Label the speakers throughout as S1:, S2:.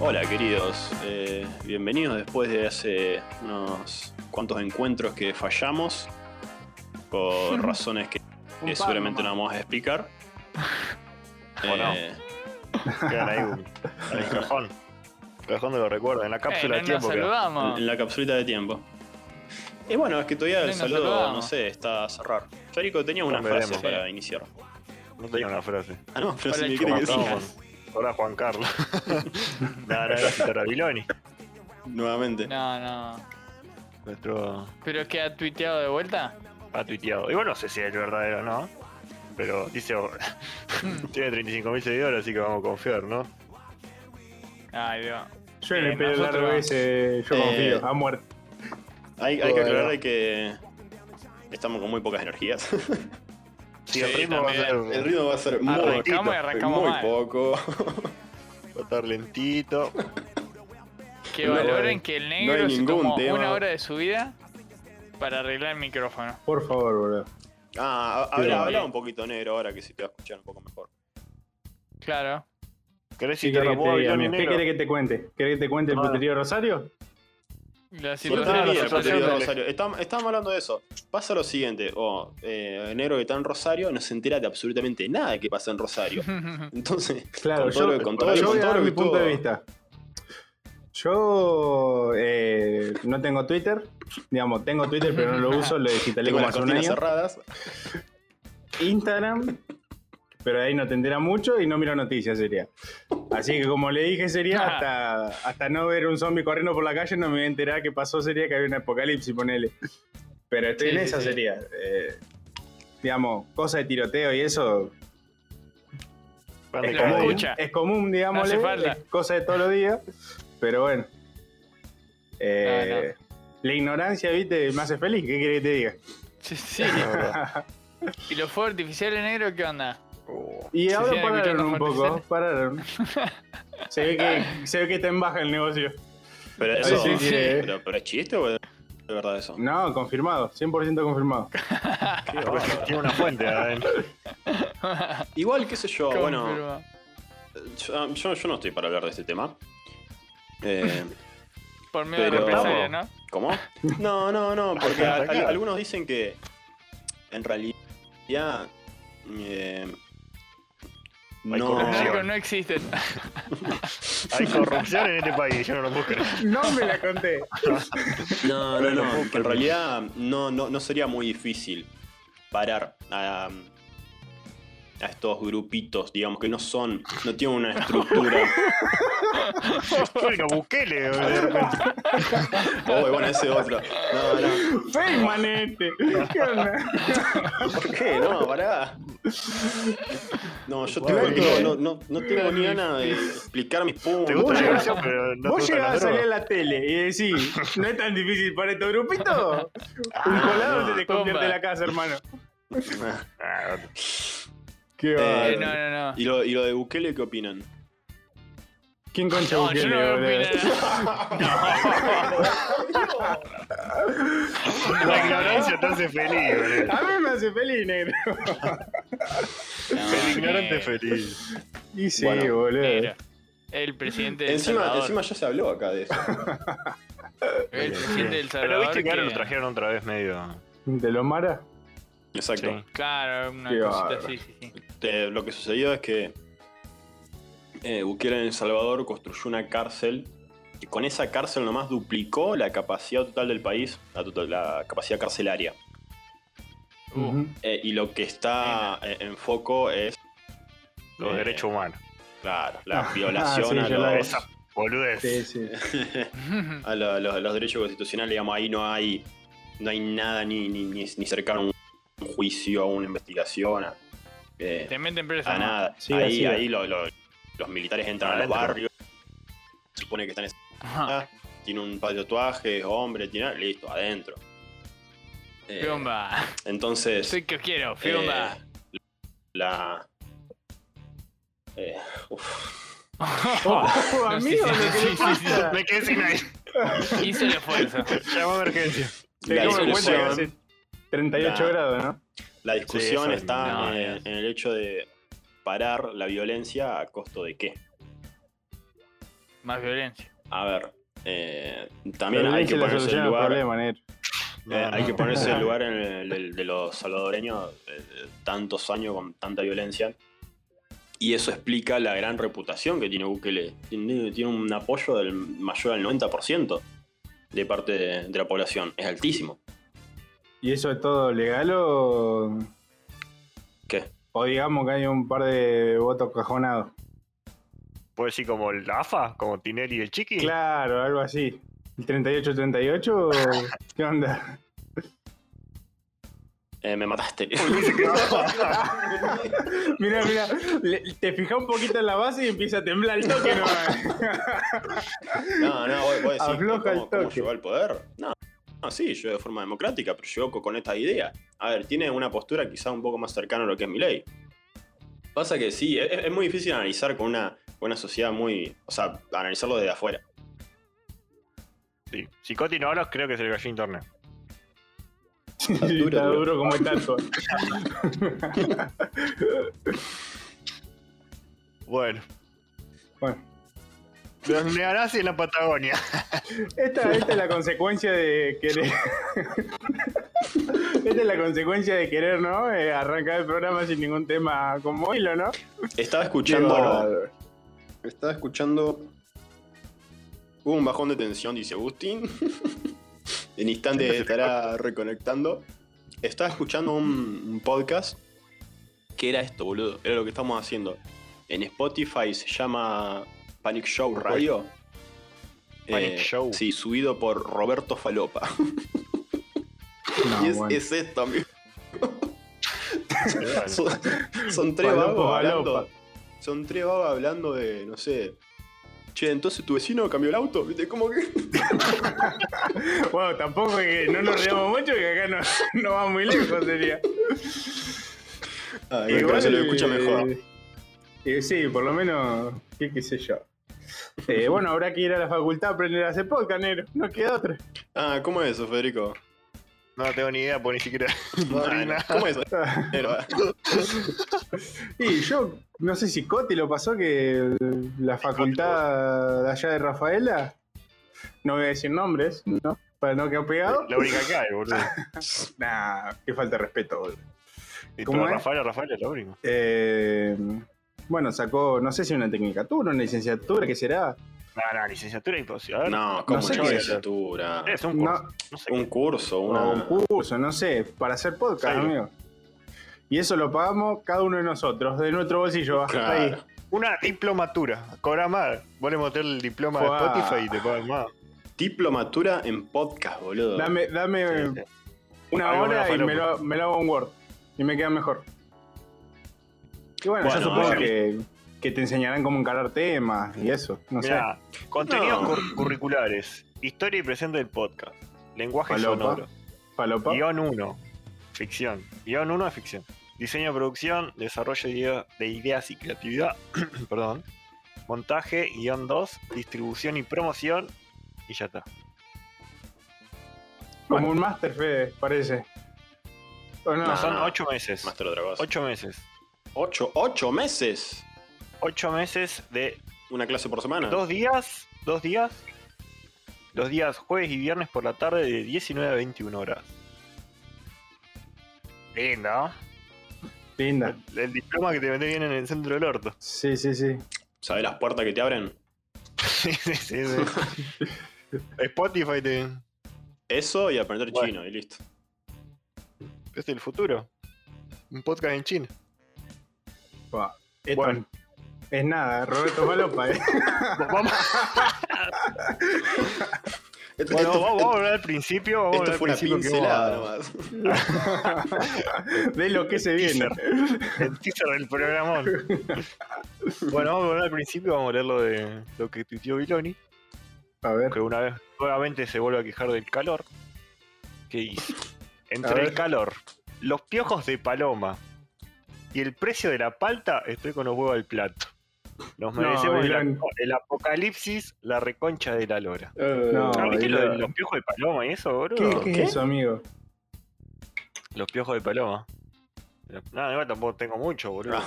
S1: Hola queridos, Eh, bienvenidos después de hace unos cuantos encuentros que fallamos por razones que, que
S2: par
S1: seguramente
S2: nomás.
S1: no vamos a explicar. Eh,
S3: O no. Quedan ahí un- en el cajón. Cajón de los recuerdos, en la cápsula
S4: Eh,
S3: de
S4: no
S3: tiempo.
S4: Nos
S3: queda.
S1: en,
S4: saludamos.
S1: en la capsulita de tiempo. Y bueno, es que todavía
S4: Sí,
S1: el
S4: nos
S1: saludo,
S4: saludamos.
S1: no sé, está a cerrar. Federico tenía una
S3: Nos
S1: frase
S3: veremos.
S1: para iniciar.
S3: No tenía una frase.
S1: Ah, no, pero
S4: Hola,
S1: si me
S4: chicos.
S1: quiere
S3: ¿Cómo
S1: que
S4: sí.
S1: siga.
S3: estamos? Hola Juan Carlos. no, no, era Citara Viloni,
S1: Nuevamente.
S4: No, no.
S3: nuestro
S4: ¿Pero es que ha tuiteado de vuelta?
S3: ha tuiteado. Igual no sé si es el verdadero, ¿no? Pero dice, tiene 35.000 seguidores, así que vamos a confiar, ¿no?
S4: Ay, Dios.
S2: Yo en
S4: Eh,
S2: el pelo
S4: nosotros-
S2: largo ese, yo
S1: Eh,
S2: confío, ha muerto.
S1: Hay, hay que
S2: Bueno.
S1: aclarar de que estamos con muy pocas energías.
S3: Sí, el ritmo va a, ser,
S1: El ritmo va a ser muy,
S4: Arrancamos y arrancamos
S1: muy
S4: mal.
S1: poco.
S3: va a estar lentito.
S4: Que
S1: No,
S4: valoren
S1: bueno,
S4: que el
S1: no hay
S4: negro se
S1: ningún
S4: tomó
S1: tema.
S4: una hora de su vida para arreglar el micrófono.
S2: Por favor, boludo.
S1: Ah, ha-
S2: Pero-
S1: habla, habla un poquito negro ahora que si te va a escuchar un poco mejor.
S4: Claro.
S3: ¿Querés
S2: ¿Qué
S3: citar
S2: querés
S3: a
S2: que te
S3: vos,
S2: diga,
S3: Viloni
S2: amigo? ¿Qué
S3: Negro?
S2: querés que te cuente? ¿Querés que te cuente el
S3: Ah.
S2: puterío de Rosario?
S4: La
S1: Cortá
S4: situación
S3: no,
S1: bien,
S3: no,
S1: pero te digo,
S3: no, no,
S1: Rosario. Estam- Estábamos hablando de eso. Pasa lo siguiente: oh, eh, negro que está en Rosario no se entera de absolutamente nada de que pasa en Rosario. Entonces,
S2: Claro,
S1: Con todo
S2: yo,
S1: lo- con todo lo-
S2: yo
S1: con
S2: voy a
S1: todo
S2: dar
S1: lo
S2: mi
S1: que
S2: punto
S1: tuvo.
S2: de vista. Yo eh, no tengo Twitter, digamos, tengo Twitter pero no lo uso, lo digitalé
S1: tengo
S2: como
S1: las
S2: hace un
S1: cortinas
S2: año.
S1: cerradas.
S2: Instagram, pero ahí no te entera mucho y no miro noticias sería. Así que como le dije sería
S4: Ah.
S2: hasta, hasta no ver un zombie corriendo por la calle no me voy a enterar que pasó sería que había un apocalipsis, ponele. Pero estoy
S4: Sí,
S2: en
S4: sí,
S2: esa
S4: sí.
S2: sería. Eh, digamos, cosa de tiroteo y eso
S3: Pan de
S4: Lo
S3: cada día.
S4: escucha.
S2: es común, digamos,
S4: No hace falta.
S2: es cosa de todos los días, pero bueno.
S4: Ah,
S2: Eh, La ignorancia, viste, me hace feliz, ¿qué querés que te diga?
S4: sí, sí.
S3: La verdad.
S4: ¿Y los fuegos artificiales negro qué onda?
S3: Oh,
S2: Y
S4: Se
S2: ahora
S4: siguen
S2: pararon
S4: escuchando
S2: un poco,
S4: fuertes.
S2: pararon. Se ve que, se ve que está en baja el negocio.
S1: Pero
S2: Ahí
S1: eso.
S2: sí que-
S1: Pero, pero es chiste o es de verdad eso?
S2: No, confirmado, 100% confirmado.
S1: Qué bárbaro.
S3: Tiene una fuente ¿eh? adentro.
S1: Igual, qué sé yo, Oh, bueno.
S4: Confirma.
S1: Yo, ah, yo- yo no estoy para hablar de este tema. Eh,
S4: Por miedo de
S1: pero-
S4: represalia, ¿no?
S1: ¿Cómo? No, no, no, porque a- a- algunos dicen que en realidad eh,
S3: No hay
S4: Los
S1: no,
S3: corrupción.
S4: narcos no existen.
S3: Hay corrupción en este país, yo no lo puedo creer.
S2: No me la conté.
S1: no, no, no, que en realidad no, no, no sería muy difícil parar a, a estos grupitos, digamos, que no son, no tienen una estructura.
S3: Soy una Bukele, de repente.
S1: Oh, bueno, ese otro. No, no.
S2: Fake manete. ¿Qué onda?
S1: ¿Por qué? No, pará. No, yo tengo,
S2: Bueno.
S1: no, no, no tengo ni ganas de explicar mis puntos.
S3: Te gusta la
S2: Vos
S3: canción, pero no
S2: Vos
S3: te gustan
S2: llegás a
S3: las
S2: salir a
S3: drogas.
S2: la tele y decís, no es tan difícil para estos grupitos. Un colado
S1: no.
S2: se te convierte
S4: Bomba.
S2: la casa, hermano.
S3: Ah,
S2: Qué
S1: Eh,
S4: Eh,
S2: bárbaro.
S4: no, no, no.
S1: ¿Y lo, ¿Y lo de Bukele qué opinan?
S2: ¿Quién concha
S4: No,
S2: Bukele,
S4: yo no voy a opinar.
S2: boludo?
S3: La ignorancia te hace feliz, boludo.
S2: A mí me hace feliz, negro.
S3: El ignorante
S4: eh,
S3: feliz.
S2: Y sí,
S1: Bueno,
S2: boludo.
S4: Negro. El presidente del
S1: Encima,
S4: Salvador.
S1: encima ya se habló acá de eso.
S4: Eh, el presidente del
S3: Pero
S4: Salvador.
S3: viste que ahora
S4: que-
S3: lo trajeron otra vez medio.
S2: ¿De los Mara?
S1: Exacto.
S3: Sí.
S4: Claro, una
S2: Qué
S4: cosita
S2: bárbaro.
S4: así, sí, sí.
S1: Te- Este, lo que sucedió es que eh, Bukele en El Salvador construyó una cárcel y con esa cárcel nomás duplicó la capacidad total del país, la, total- la capacidad carcelaria.
S4: Uh,
S1: Eh, y lo que está eh, en foco es,
S3: Los
S1: Eh.
S3: derechos humanos.
S1: claro, la
S2: Ah,
S1: violación
S2: sí,
S1: a,
S2: yo la-
S1: los,
S3: Esa boludez.
S2: Sí, sí.
S4: Uh.
S1: a lo- lo- los derechos constitucionales. Digamos, ahí no hay, no hay nada ni, ni, ni, ni cercano a un, un juicio, a una investigación. a- eh,
S4: Te meten preso.
S1: a
S4: ¿no?
S1: nada.
S2: Siga,
S1: ahí
S2: siga.
S1: ahí lo- lo- los militares entran a los
S3: Adentro.
S1: barrios. Se supone que están en
S4: Ajá.
S1: Tiene un par de tatuajes, hombre, tiene. Listo, adentro. Eh,
S4: Fiumba.
S1: entonces.
S4: Soy que quiero,
S1: eh,
S4: Fiumba.
S1: la. eh, uf,
S2: Oh, amigo,
S4: sí,
S2: lo que
S4: sí,
S2: le
S4: sí,
S2: pasa.
S3: Me quedé sin aire.
S4: Hice el esfuerzo.
S3: Llamó a emergencia.
S1: La
S2: Tengamos en cuenta que
S1: discusión,
S2: hace 38
S1: Nah.
S2: grados, ¿no?
S1: la discusión
S3: Sí, eso-
S1: está
S4: no,
S1: en, eh,
S4: no.
S1: en el hecho de parar la violencia a costo de qué.
S4: Más violencia.
S1: A ver, eh, también hay
S2: Violencia
S1: que
S2: es la
S1: ponerse en
S2: solución
S1: el
S2: al
S1: lugar.
S2: problema, negro.
S1: Eh,
S3: No,
S1: hay
S3: no.
S1: que ponerse en el lugar en el- del- de los salvadoreños eh, de tantos años con tanta violencia. Y eso explica la gran reputación que tiene Bukele. Tiene, tiene un apoyo del mayor al 90% de parte de, de la población. Es altísimo.
S2: ¿Y eso es todo legal o.?
S1: ¿Qué?
S2: O digamos que hay un par de votos cajonados.
S3: ¿Puedo decir como el AFA? ¿Como Tinelli y el Chiqui?
S2: Claro, algo así. ¿El 38-38 o qué onda?
S1: Eh, me mataste.
S2: Mira, mira, te fijas un poquito en la base y empieza a temblar el toque nomás.
S1: No, no, voy, voy a decir
S2: Afloja
S1: cómo,
S2: el
S1: cómo
S2: toque.
S1: llegó al poder. No, no, sí, llegó de forma democrática, pero llegó co- con esta idea. A ver, tiene una postura quizá un poco más cercana a lo que es mi ley. Pasa que sí, es, es muy difícil analizar con una, con una sociedad muy. O sea, analizarlo desde afuera.
S3: Sí. Si Coti no hablas, creo que se le cayó internet.
S1: duro,
S2: está
S1: duro.
S2: duro como el taco.
S3: Bueno.
S2: Bueno,
S3: Los neonazis en la Patagonia.
S2: esta, esta es la consecuencia de querer. Esta es la consecuencia de querer, ¿no? Eh, arrancar el programa sin ningún tema como hilo, ¿no?
S1: Estaba
S2: Qué
S1: escuchando.
S2: bárbaro.
S1: Estaba escuchando. Hubo un bajón de tensión, dice Agustín. en instante estará reconectando. Estaba escuchando un, un podcast. que era esto, boludo? Era lo que estamos haciendo. En Spotify se llama Panic Show Radio. Eh,
S3: Panic Show.
S1: Sí, subido por Roberto Falopa.
S2: No,
S1: y es,
S2: Ah, bueno.
S1: es esto, amigo.
S3: Bueno,
S1: son, son tres
S2: Falopa,
S1: vagos hablando.
S2: falopa.
S1: Son tres vagos hablando de, no sé. Che, entonces tu vecino cambió el auto, ¿viste? ¿Cómo que?
S2: Bueno, tampoco es que no nos riamos mucho, que acá no, no va muy lejos, sería.
S1: Ah, igual, pero se lo escucha
S2: eh,
S1: mejor.
S2: eh, sí, por lo menos, qué, qué sé yo. Eh, bueno, habrá que ir a la facultad a aprender a hacer podcast, negro. No queda otra.
S1: Ah, ¿cómo es eso, Federico?
S3: no tengo ni idea, porque ni siquiera. no
S1: Ah, no.
S3: vi nada.
S1: ¿Cómo es eso? Pero, ah,
S2: Y yo, no sé si Coti lo pasó que la facultad de allá de Rafaela, no voy a decir nombres, ¿no? Para no quedar pegado.
S3: La única que hay, boludo.
S2: Nah, qué falta de respeto, boludo.
S3: Y
S2: ¿Cómo
S3: todo
S2: es?
S3: Rafael, Rafael es la única.
S2: Eh, bueno, sacó, no sé si una tecnicatura, una licenciatura, ¿qué será?
S3: No, Ah, no, licenciatura imposible. A ver,
S1: No, ¿cómo
S2: No sé
S1: es
S2: qué es.
S1: licenciatura?
S3: Es un curso.
S2: No,
S3: No sé
S1: Ah, Un curso, una.
S2: o un curso, no sé, para hacer podcast,
S3: Sí.
S2: amigo. Y eso lo pagamos cada uno de nosotros, de nuestro bolsillo.
S1: Claro.
S2: Ahí.
S3: Una diplomatura. Cobra más. Vos le mostrás el diploma
S2: Fua.
S3: de Spotify y te pagan más.
S1: Diplomatura en podcast, boludo.
S2: Dame, dame
S3: Sí,
S2: una
S3: Algo
S2: hora
S3: menos
S2: y me
S3: falopa.
S2: lo, me lo hago un Word. Y me queda mejor. Y bueno,
S1: Bueno,
S2: yo supongo
S1: bueno.
S2: que, que te enseñarán cómo encarar temas y eso, no
S3: Mirá, contenidos
S1: No.
S3: cur- curriculares. Historia y presente del podcast. Lenguaje
S2: Falopa.
S3: sonoro.
S2: sé. Falopa.
S3: Guión 1. Ficción. Guión 1 es ficción. Diseño, producción, desarrollo de idea- de ideas y creatividad. Perdón. Montaje, guión 2. Distribución y promoción. Y ya está.
S2: Como un máster, Fede, parece. ¿O no?
S1: No,
S3: Son 8 meses.
S1: Master otra cosa.
S3: 8 meses.
S1: Ocho, ocho meses.
S3: 8 meses de
S1: Una clase por semana.
S3: Dos días, dos días. Los días jueves y viernes por la tarde de 19 a 21 horas. Lindo.
S2: Linda.
S3: El, el diploma que te vendé bien en el centro del orto.
S2: Sí, sí, sí.
S1: ¿Sabés las puertas que te abren?
S3: Sí, sí, sí, sí. Spotify te.
S1: Eso y aprender
S3: Bueno.
S1: chino, y listo.
S3: Es el futuro. Un podcast en China.
S2: Buah, esto
S3: Bueno.
S2: Es nada, Roberto Falopa, eh.
S3: Vamos,
S1: Esto,
S3: bueno,
S1: esto-
S3: vamos, vamos a hablar al principio. Vamos
S1: esto
S3: a hablar al
S1: fue una
S3: principio que
S1: pincelada
S3: vamos
S1: nomás.
S2: de lo que se viene.
S3: a- El teaser del programón. bueno, vamos a hablar al principio. Vamos a leer lo de lo que tuiteó Biloni.
S2: A ver.
S3: que una vez nuevamente se vuelve a quejar del calor. ¿Qué hizo?
S2: A
S3: Entre
S2: ver.
S3: el calor, los piojos de paloma y el precio de la palta, estoy con los huevos al plato. Nos
S2: No,
S3: merecemos el,
S2: Dylan.
S3: apo- el apocalipsis, la reconcha de la lora.
S2: No,
S3: ¿No viste lo de
S2: Dylan.
S3: los piojos de paloma y eso,
S2: ¿Qué,
S3: boludo?
S2: qué es eso, amigo?
S3: Los piojos de paloma. No, igual tampoco tengo mucho, boludo.
S1: Ah.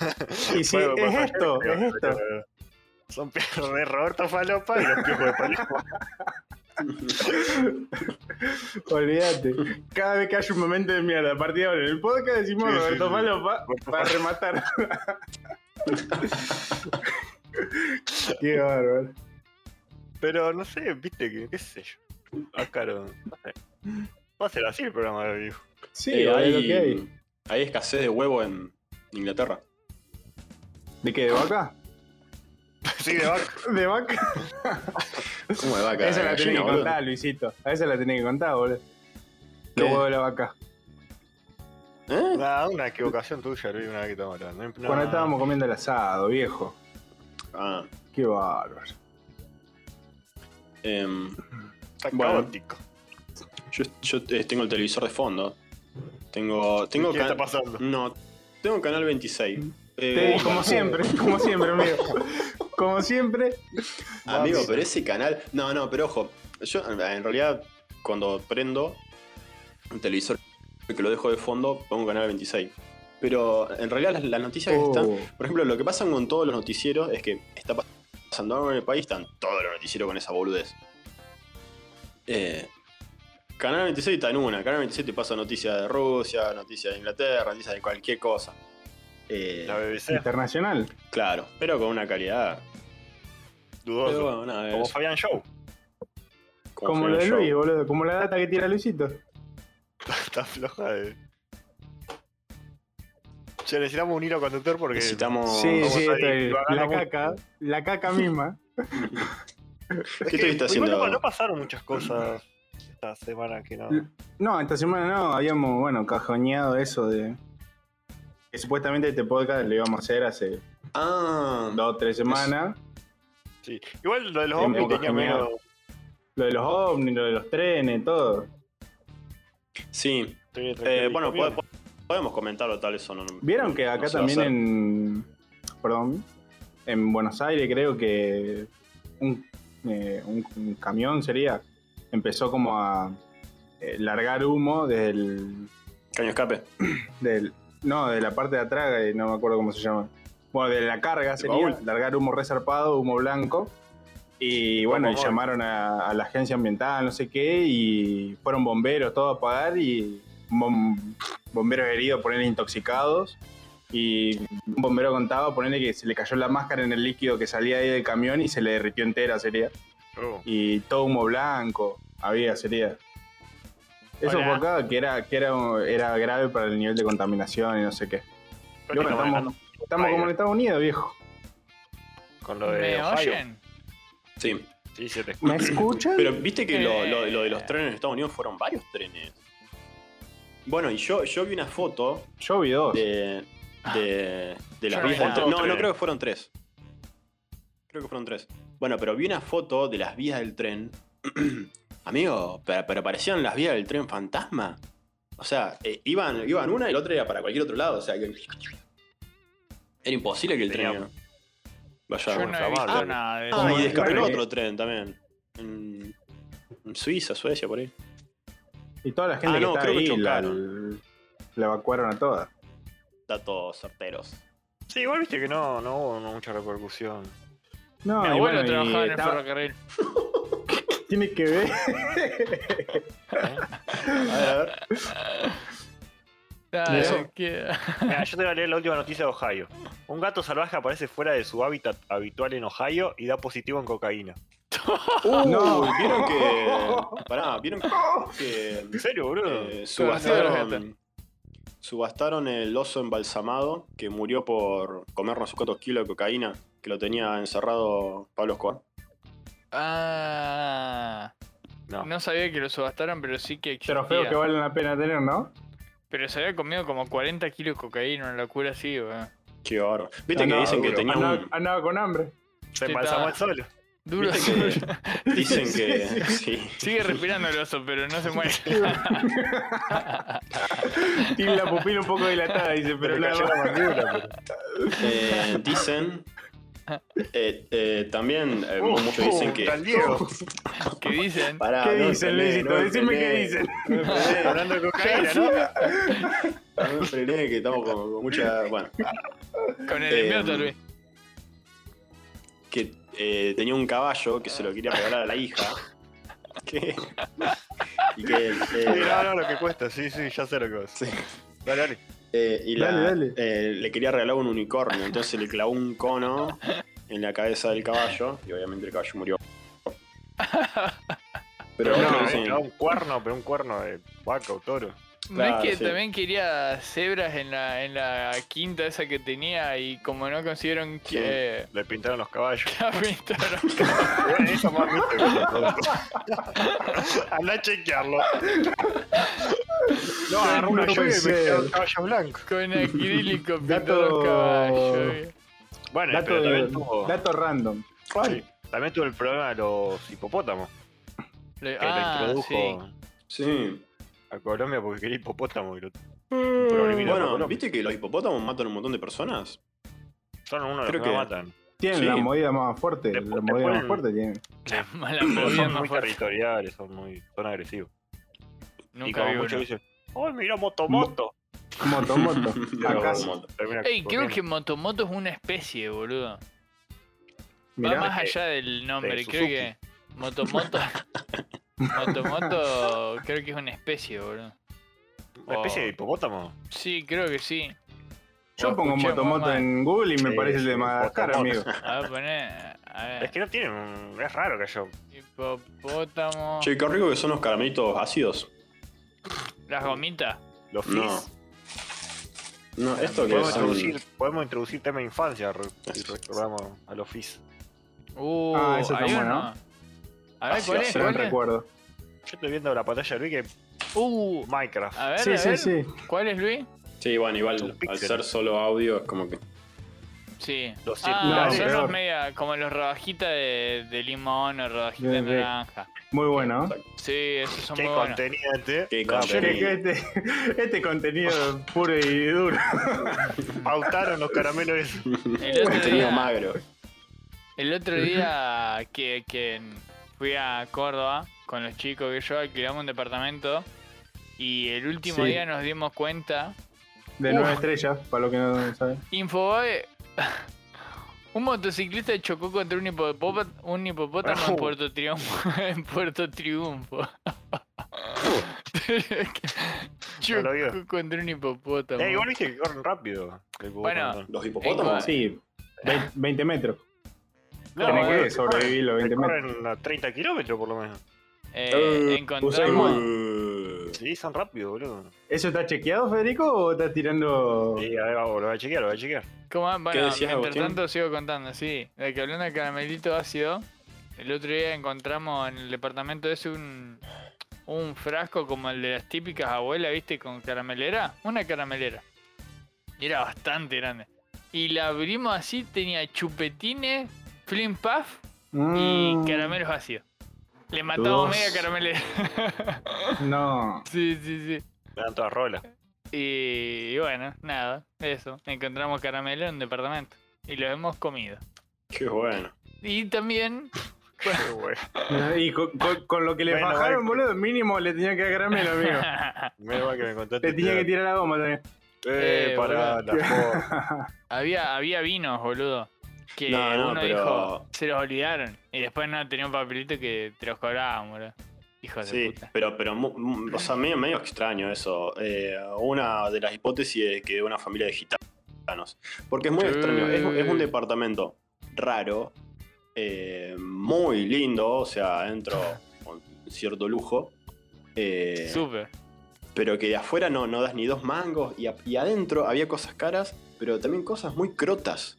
S3: pero-
S2: Y sí,
S3: Bueno,
S2: es
S3: bueno,
S2: esto,
S3: pero-
S2: es esto.
S3: pero- Son piojos de Roberto Falopa y los piojos de paloma.
S2: Olvídate. Cada vez que hay un momento de mierda, a partir de ahora en el podcast decimos
S3: Sí, sí,
S2: Roberto
S3: sí.
S2: Falopa
S3: Roberto
S2: para rematar. Qué bárbaro.
S3: Pero no sé, viste que, qué sé yo. Ah, caro, no sé. Va a ser así el programa de viejo.
S2: Sí,
S1: Eh,
S2: boludo,
S1: hay,
S2: lo que hay.
S1: hay escasez de huevo en Inglaterra.
S2: ¿De qué? ¿De vaca?
S3: Sí, de vaca.
S2: ¿De vaca?
S1: ¿Cómo de vaca?
S2: Esa
S1: de
S2: la tenés
S1: gallina,
S2: que
S1: boludo?
S2: contar, Luisito. A esa la tenés que contar, boludo.
S1: ¿Qué?
S2: Los huevos de la vaca.
S1: ¿Eh?
S3: Nada, una equivocación tuya, Luis, una vez que estamos hablando. No,
S2: Cuando estábamos comiendo el asado, viejo.
S1: Ah,
S2: Qué bárbaro.
S1: em,
S3: Está
S1: Bueno.
S3: caótico.
S1: yo yo, eh, tengo el televisor de fondo. Tengo. tengo
S3: ¿Qué
S1: can-
S3: está pasando?
S1: No, tengo canal 26. Eh,
S2: Te- como siempre, como siempre, amigo. Como siempre.
S1: Amigo, pero ese canal. No, no, pero ojo. Yo, en realidad, cuando prendo un televisor que lo dejo de fondo, pongo canal 26. Pero en realidad, las, las noticias que están.
S2: Oh.
S1: Por ejemplo, lo que pasa con todos los noticieros es que está pas- pasando algo en el país, están todos los noticieros con esa boludez. Eh, Canal 26 está en una. Canal 26 te pasa noticias de Rusia, noticias de Inglaterra, noticias de cualquier cosa. Eh,
S3: La BBC,
S2: Internacional.
S1: claro, pero con una calidad.
S3: dudoso.
S1: Pero bueno, nada,
S3: Como
S1: es-
S3: Fabián Show.
S1: como
S2: Como
S1: fue
S2: lo
S1: un
S2: de
S1: show.
S2: Luis, boludo. Como la data que tira Luisito.
S3: Está floja de. Che, necesitamos un hilo conductor porque.
S1: Necesitamos.
S2: sí,
S3: vamos
S2: sí,
S3: a ir
S2: estoy- la
S3: divagando
S2: caca. La caca misma.
S3: Es
S1: ¿Qué estuviste
S3: igual
S1: haciendo?
S3: No, no pasaron muchas cosas esta semana que no.
S2: No, esta semana no. Habíamos, bueno, cajoneado eso de... Que supuestamente este podcast lo íbamos a hacer hace
S1: Ah,
S2: dos o tres semanas.
S3: Sí. Igual lo de los
S2: Sí,
S3: hombres
S2: poco
S3: tenía
S2: genial.
S3: menos.
S2: Lo de los ovnis, lo de los trenes, todo.
S1: sí.
S3: tenía
S1: Eh,
S3: tranquilo.
S1: bueno, pod- podemos comentarlo tal eso. No,
S2: Vieron que acá
S1: no se va a
S2: también
S1: hacer.
S2: en. Perdón. En Buenos Aires creo que un, eh, un- un camión sería. Empezó como a eh, largar humo del,
S1: Caño escape.
S2: del. No, de la parte de atrás, eh, no me acuerdo cómo se llama. Bueno, de la carga sería.
S1: baúl.
S2: Largar humo resarpado, humo blanco. Y bueno, y llamaron a, a la agencia ambiental, no sé qué, y fueron bomberos, todo a apagar, y bom- bomberos heridos, ponerle intoxicados. Y un bombero contaba, ponerle que se le cayó la máscara en el líquido que salía ahí del camión y se le derritió entera, sería.
S3: Oh.
S2: Y todo humo blanco había, sería. Eso
S4: Hola.
S2: por acá, que, era, que era, era grave para el nivel de contaminación y no sé qué.
S3: Pero
S2: Bueno,
S3: estamos
S2: estamos, estamos como en Estados Unidos, viejo.
S3: Con lo de.
S4: ¿Me
S3: Ohio.
S4: oyen?
S1: Sí.
S3: Sí, se te escucha.
S2: ¿Me escuchan?
S1: Pero viste que lo, lo- lo de los
S4: Eh.
S1: trenes en Estados Unidos fueron varios trenes. Bueno, y yo, yo vi una foto
S2: Yo vi dos.
S1: de, de, de las vías
S4: Yo no
S1: del
S4: vi
S1: tren.
S3: nada.
S1: No, no creo que fueron tres. Creo que fueron tres. Bueno, pero vi una foto de las vías del tren. Amigo, pero, pero parecían las vías del tren fantasma. O sea, eh, iban, iban una y la otra era para cualquier otro lado. O sea, que- era imposible que el tren
S3: Tenía-
S1: vaya.
S4: Yo
S1: bueno.
S4: no he
S3: Inflamable.
S4: visto nada de
S1: Ah,
S4: eso.
S1: y descarriló
S2: Vale.
S1: otro tren también. En, en Suiza, Suecia, por ahí.
S2: Y toda la gente
S1: Ah,
S2: que
S1: no,
S2: estaba
S1: creo que
S2: ahí la,
S1: chocaron.
S2: la evacuaron a todas.
S1: Datos certeros.
S3: Sí, igual viste que no, no hubo mucha repercusión.
S2: No,
S4: Mi
S2: y
S4: abuelo
S2: bueno, y
S4: trabajaba en el
S2: estaba-
S4: ferrocarril.
S2: Tiene que ver.
S1: A ver, a ver.
S4: Dale,
S1: eso?
S4: que-
S3: Mira, yo te voy a leer la última noticia de Ohio. Un gato salvaje aparece fuera de su hábitat habitual en Ohio y da positivo en cocaína.
S1: Uy,
S2: No.
S1: vieron que. Pará, vieron que.
S3: ¿En serio, boludo?
S1: eh,
S4: Conocido los
S1: subastaron. Subastaron el oso embalsamado que murió por comer no sé cuántos kilos de cocaína que lo tenía encerrado Pablo Escobar.
S4: Ah,
S3: no.
S4: no sabía que lo subastaron, pero sí que existía.
S2: Trofeos que valen la pena tener, ¿no?
S4: Pero se había comido como 40 kilos de cocaína, una locura así, weón.
S1: Qué bárbaro. Viste que
S2: Andaba-
S1: dicen que tenía
S2: andaba,
S1: un.
S2: andaba con hambre.
S1: Eh,
S3: Se embalsamó el solo.
S4: Duro.
S1: Viste que dicen que. sí.
S4: Sigue respirando el oso, pero no se muere.
S2: Tiene la pupila un poco dilatada, dice, pero nada más.
S1: Eh, dicen. eh, eh, también eh,
S2: Oh,
S1: muchos dicen que.
S3: Uh, Tal Diego.
S4: ¿Qué dicen?
S1: Pará,
S2: ¿Qué
S1: no
S2: dicen,
S1: me frené,
S2: Luisito?
S1: no me
S2: Decime qué
S1: frené,
S2: dicen.
S3: Eh, Hablando de cocaína, ¿no?
S1: No me frené, que estamos con, con mucha. Bueno,
S4: Con el
S1: Eh,
S4: enviado, Luis.
S1: que eh, tenía un caballo que se lo quería regalar a la hija. Que, y que.
S3: Sí,
S1: eh,
S3: no, no, lo que cuesta, sí, sí, ya sé lo que vas.
S1: sí.
S3: Dale, dale.
S1: Eh, y la-
S2: Dale, dale.
S1: eh, le quería regalar un unicornio, entonces le clavó un cono en la cabeza del caballo y obviamente el caballo murió. Pero
S3: Pero
S1: bueno,
S3: no,
S1: sí.
S3: eh, no, un cuerno, pero un cuerno de vaca o toro.
S4: ¿No es
S1: claro,
S4: que
S1: sí.
S4: también quería cebras en la, en la quinta esa que tenía y como no consiguieron
S1: Sí.
S4: que...
S3: Le pintaron los caballos.
S4: la pintaron?
S3: Bueno, eso más viste, Andá a chequearlo. No, agarró una
S2: No
S3: lluvia y me
S2: puede
S3: quedó
S2: ser.
S3: un caballo blanco.
S4: Con acrílico pintó
S2: Dato-
S4: los caballos.
S3: Bueno, eh, pero
S2: Dato,
S3: también tuvo,
S2: dato random.
S3: sí, también tuvo el problema de los hipopótamos.
S4: Le-
S3: Que
S4: Ah,
S3: le
S4: sí.
S3: introdujo
S1: Sí.
S3: a Colombia porque quería hipopótamo. Y lo, un problemita por
S1: Bueno,
S3: Colombia.
S1: ¿viste que los hipopótamos matan a un montón de personas?
S3: son uno de
S1: creo
S3: los que
S1: que-
S3: no matan.
S2: Tienen
S1: Sí.
S2: la movida más fuerte.
S3: Te-
S2: la
S3: te
S2: movida más
S3: ponen-
S2: fuerte tienen.
S4: La mala
S3: Pero
S4: movida
S3: son
S4: más
S3: muy
S4: fuerte.
S3: territoriales, son muy son agresivos. y
S4: Nunca
S3: como
S4: vi uno.
S3: muchos dicen, ¡ay, mira, motomoto!
S2: Moto, moto.
S1: Pero
S2: Acá,
S1: como-
S3: Termina
S4: Ey, creo
S3: corriendo.
S4: que Motomoto es una especie, boludo. Va
S2: mirá.
S4: más
S3: eh,
S4: allá del nombre,
S3: de
S4: creo que Motomoto. Motomoto creo que es una especie, boludo.
S3: Una especie
S4: Oh.
S3: de hipopótamo.
S4: Sí, creo que sí.
S2: Yo
S4: Lo
S2: pongo
S4: escuché muy
S2: motomoto
S4: mal.
S2: en Google y me
S3: Sí,
S2: parece el de
S3: sí,
S2: Madagascar,
S3: motomoto.
S2: amigo.
S4: A ver, poné. A
S3: Es
S4: ver.
S3: que no tienen. un- Es raro que yo.
S4: Hipopótamo.
S1: Che, qué rico que son los caramelitos ácidos.
S4: Las gomitas.
S3: Los fizz.
S1: No. No, esto que
S3: Podemos
S1: es.
S3: introducir, podemos introducir tema de infancia re- si recordamos a los fizz.
S4: Uh,
S2: Ah, eso está
S4: hay
S2: bueno.
S4: uno. A ver,
S1: Así
S4: ¿cuál
S1: va a
S4: es?
S1: ser
S2: Gran
S4: ¿Cuál es?
S2: recuerdo.
S3: Yo estoy viendo la pantalla de Luis que
S4: Uh,
S3: Minecraft.
S4: a ver,
S2: Sí,
S4: a
S2: sí,
S4: ver.
S2: sí.
S4: ¿Cuál es, Luis?
S1: Sí, bueno,
S3: Un
S1: igual al
S3: píxel.
S1: ser solo audio es como que.
S4: Sí.
S3: Los
S4: Ah,
S2: circulares.
S4: son
S2: Peor.
S4: los media, como los rodajitas de, de limón o rodajitas de
S2: Bien, bien.
S4: naranja.
S2: Muy bueno. ¿eh?
S4: Sí, esos son
S3: Qué
S4: muy buenos.
S3: contenido este.
S1: Qué
S3: La-
S2: Che,
S1: contenido.
S2: que Este, este contenido puro y duro.
S3: Pautaron los caramelos esos.
S4: El otro
S1: Contenido
S4: día-
S1: magro.
S4: El otro día que, que fui a Córdoba con los chicos que yo alquilamos un departamento y el último
S2: Sí.
S4: día nos dimos cuenta,
S2: De
S4: Uf.
S2: nueve estrellas, para los que no saben.
S4: Infobae, eh, un motociclista chocó contra un hipopótamo, un hipopótamo en
S3: Oh.
S4: Puerto Triunfo. En Puerto Triunfo.
S3: No lo vio.
S4: chocó contra un hipopótamo.
S3: Eh, igual dije que corren rápido. El
S4: Bueno.
S3: botón.
S1: Los hipopótamos.
S2: Sí, ve- 20 metros.
S3: No,
S2: Tenés
S3: eh,
S2: que sobrevivir los 20 metros.
S3: corren a 30 kilómetros por lo menos.
S4: Eh,
S2: Usain
S4: encontramos...
S2: Bolt.
S1: Uh,
S3: Sí, son rápido, boludo.
S2: ¿Eso está chequeado, Federico, o estás tirando...?
S3: Sí, a ver, lo voy a chequear, lo voy a chequear.
S4: ¿Cómo? Bueno,
S1: decías,
S4: mientras
S1: Agustín?
S4: tanto sigo contando, sí. De que hablando de caramelito ácido, el otro día encontramos en el departamento ese un, un frasco como el de las típicas abuelas, ¿viste? Con caramelera. Una caramelera. Y era bastante grande. Y la abrimos así, tenía chupetines, flim puff y
S2: Mm,
S4: caramelos ácidos. Le matamos
S2: Uf.
S4: media caramelera.
S2: No.
S4: sí, sí, sí.
S3: Me dan todas rolas.
S4: Y, bueno, nada, eso. Encontramos caramelo en un departamento. Y lo hemos comido.
S1: qué bueno.
S4: Y también,
S3: Qué bueno.
S2: Y con, con- con lo que le
S3: Bueno,
S2: bajaron,
S3: vale.
S2: boludo, mínimo le tenía que dar caramelo, amigo.
S3: Menos mal que me contaste.
S2: Le tenía que tirar la goma también.
S3: Eh,
S4: Eh,
S3: pará, la joda.
S4: había, había vinos, boludo. Que
S1: No, no,
S4: uno
S1: pero-
S4: dijo, se los olvidaron. Y después no tenía un papelito que te los cobraban, boludo. Hijo de
S1: Sí,
S4: puta.
S1: pero, pero mu- mu- o sea, medio, medio extraño eso. Eh, una de las hipótesis es que de una familia de gitanos. Porque es muy
S4: Sí.
S1: extraño. Es, es un departamento raro, eh, muy lindo, o sea, dentro con cierto lujo. eh,
S4: Súper.
S1: pero que de afuera no, no das ni dos mangos. Y, a- y adentro había cosas caras, pero también cosas muy crotas.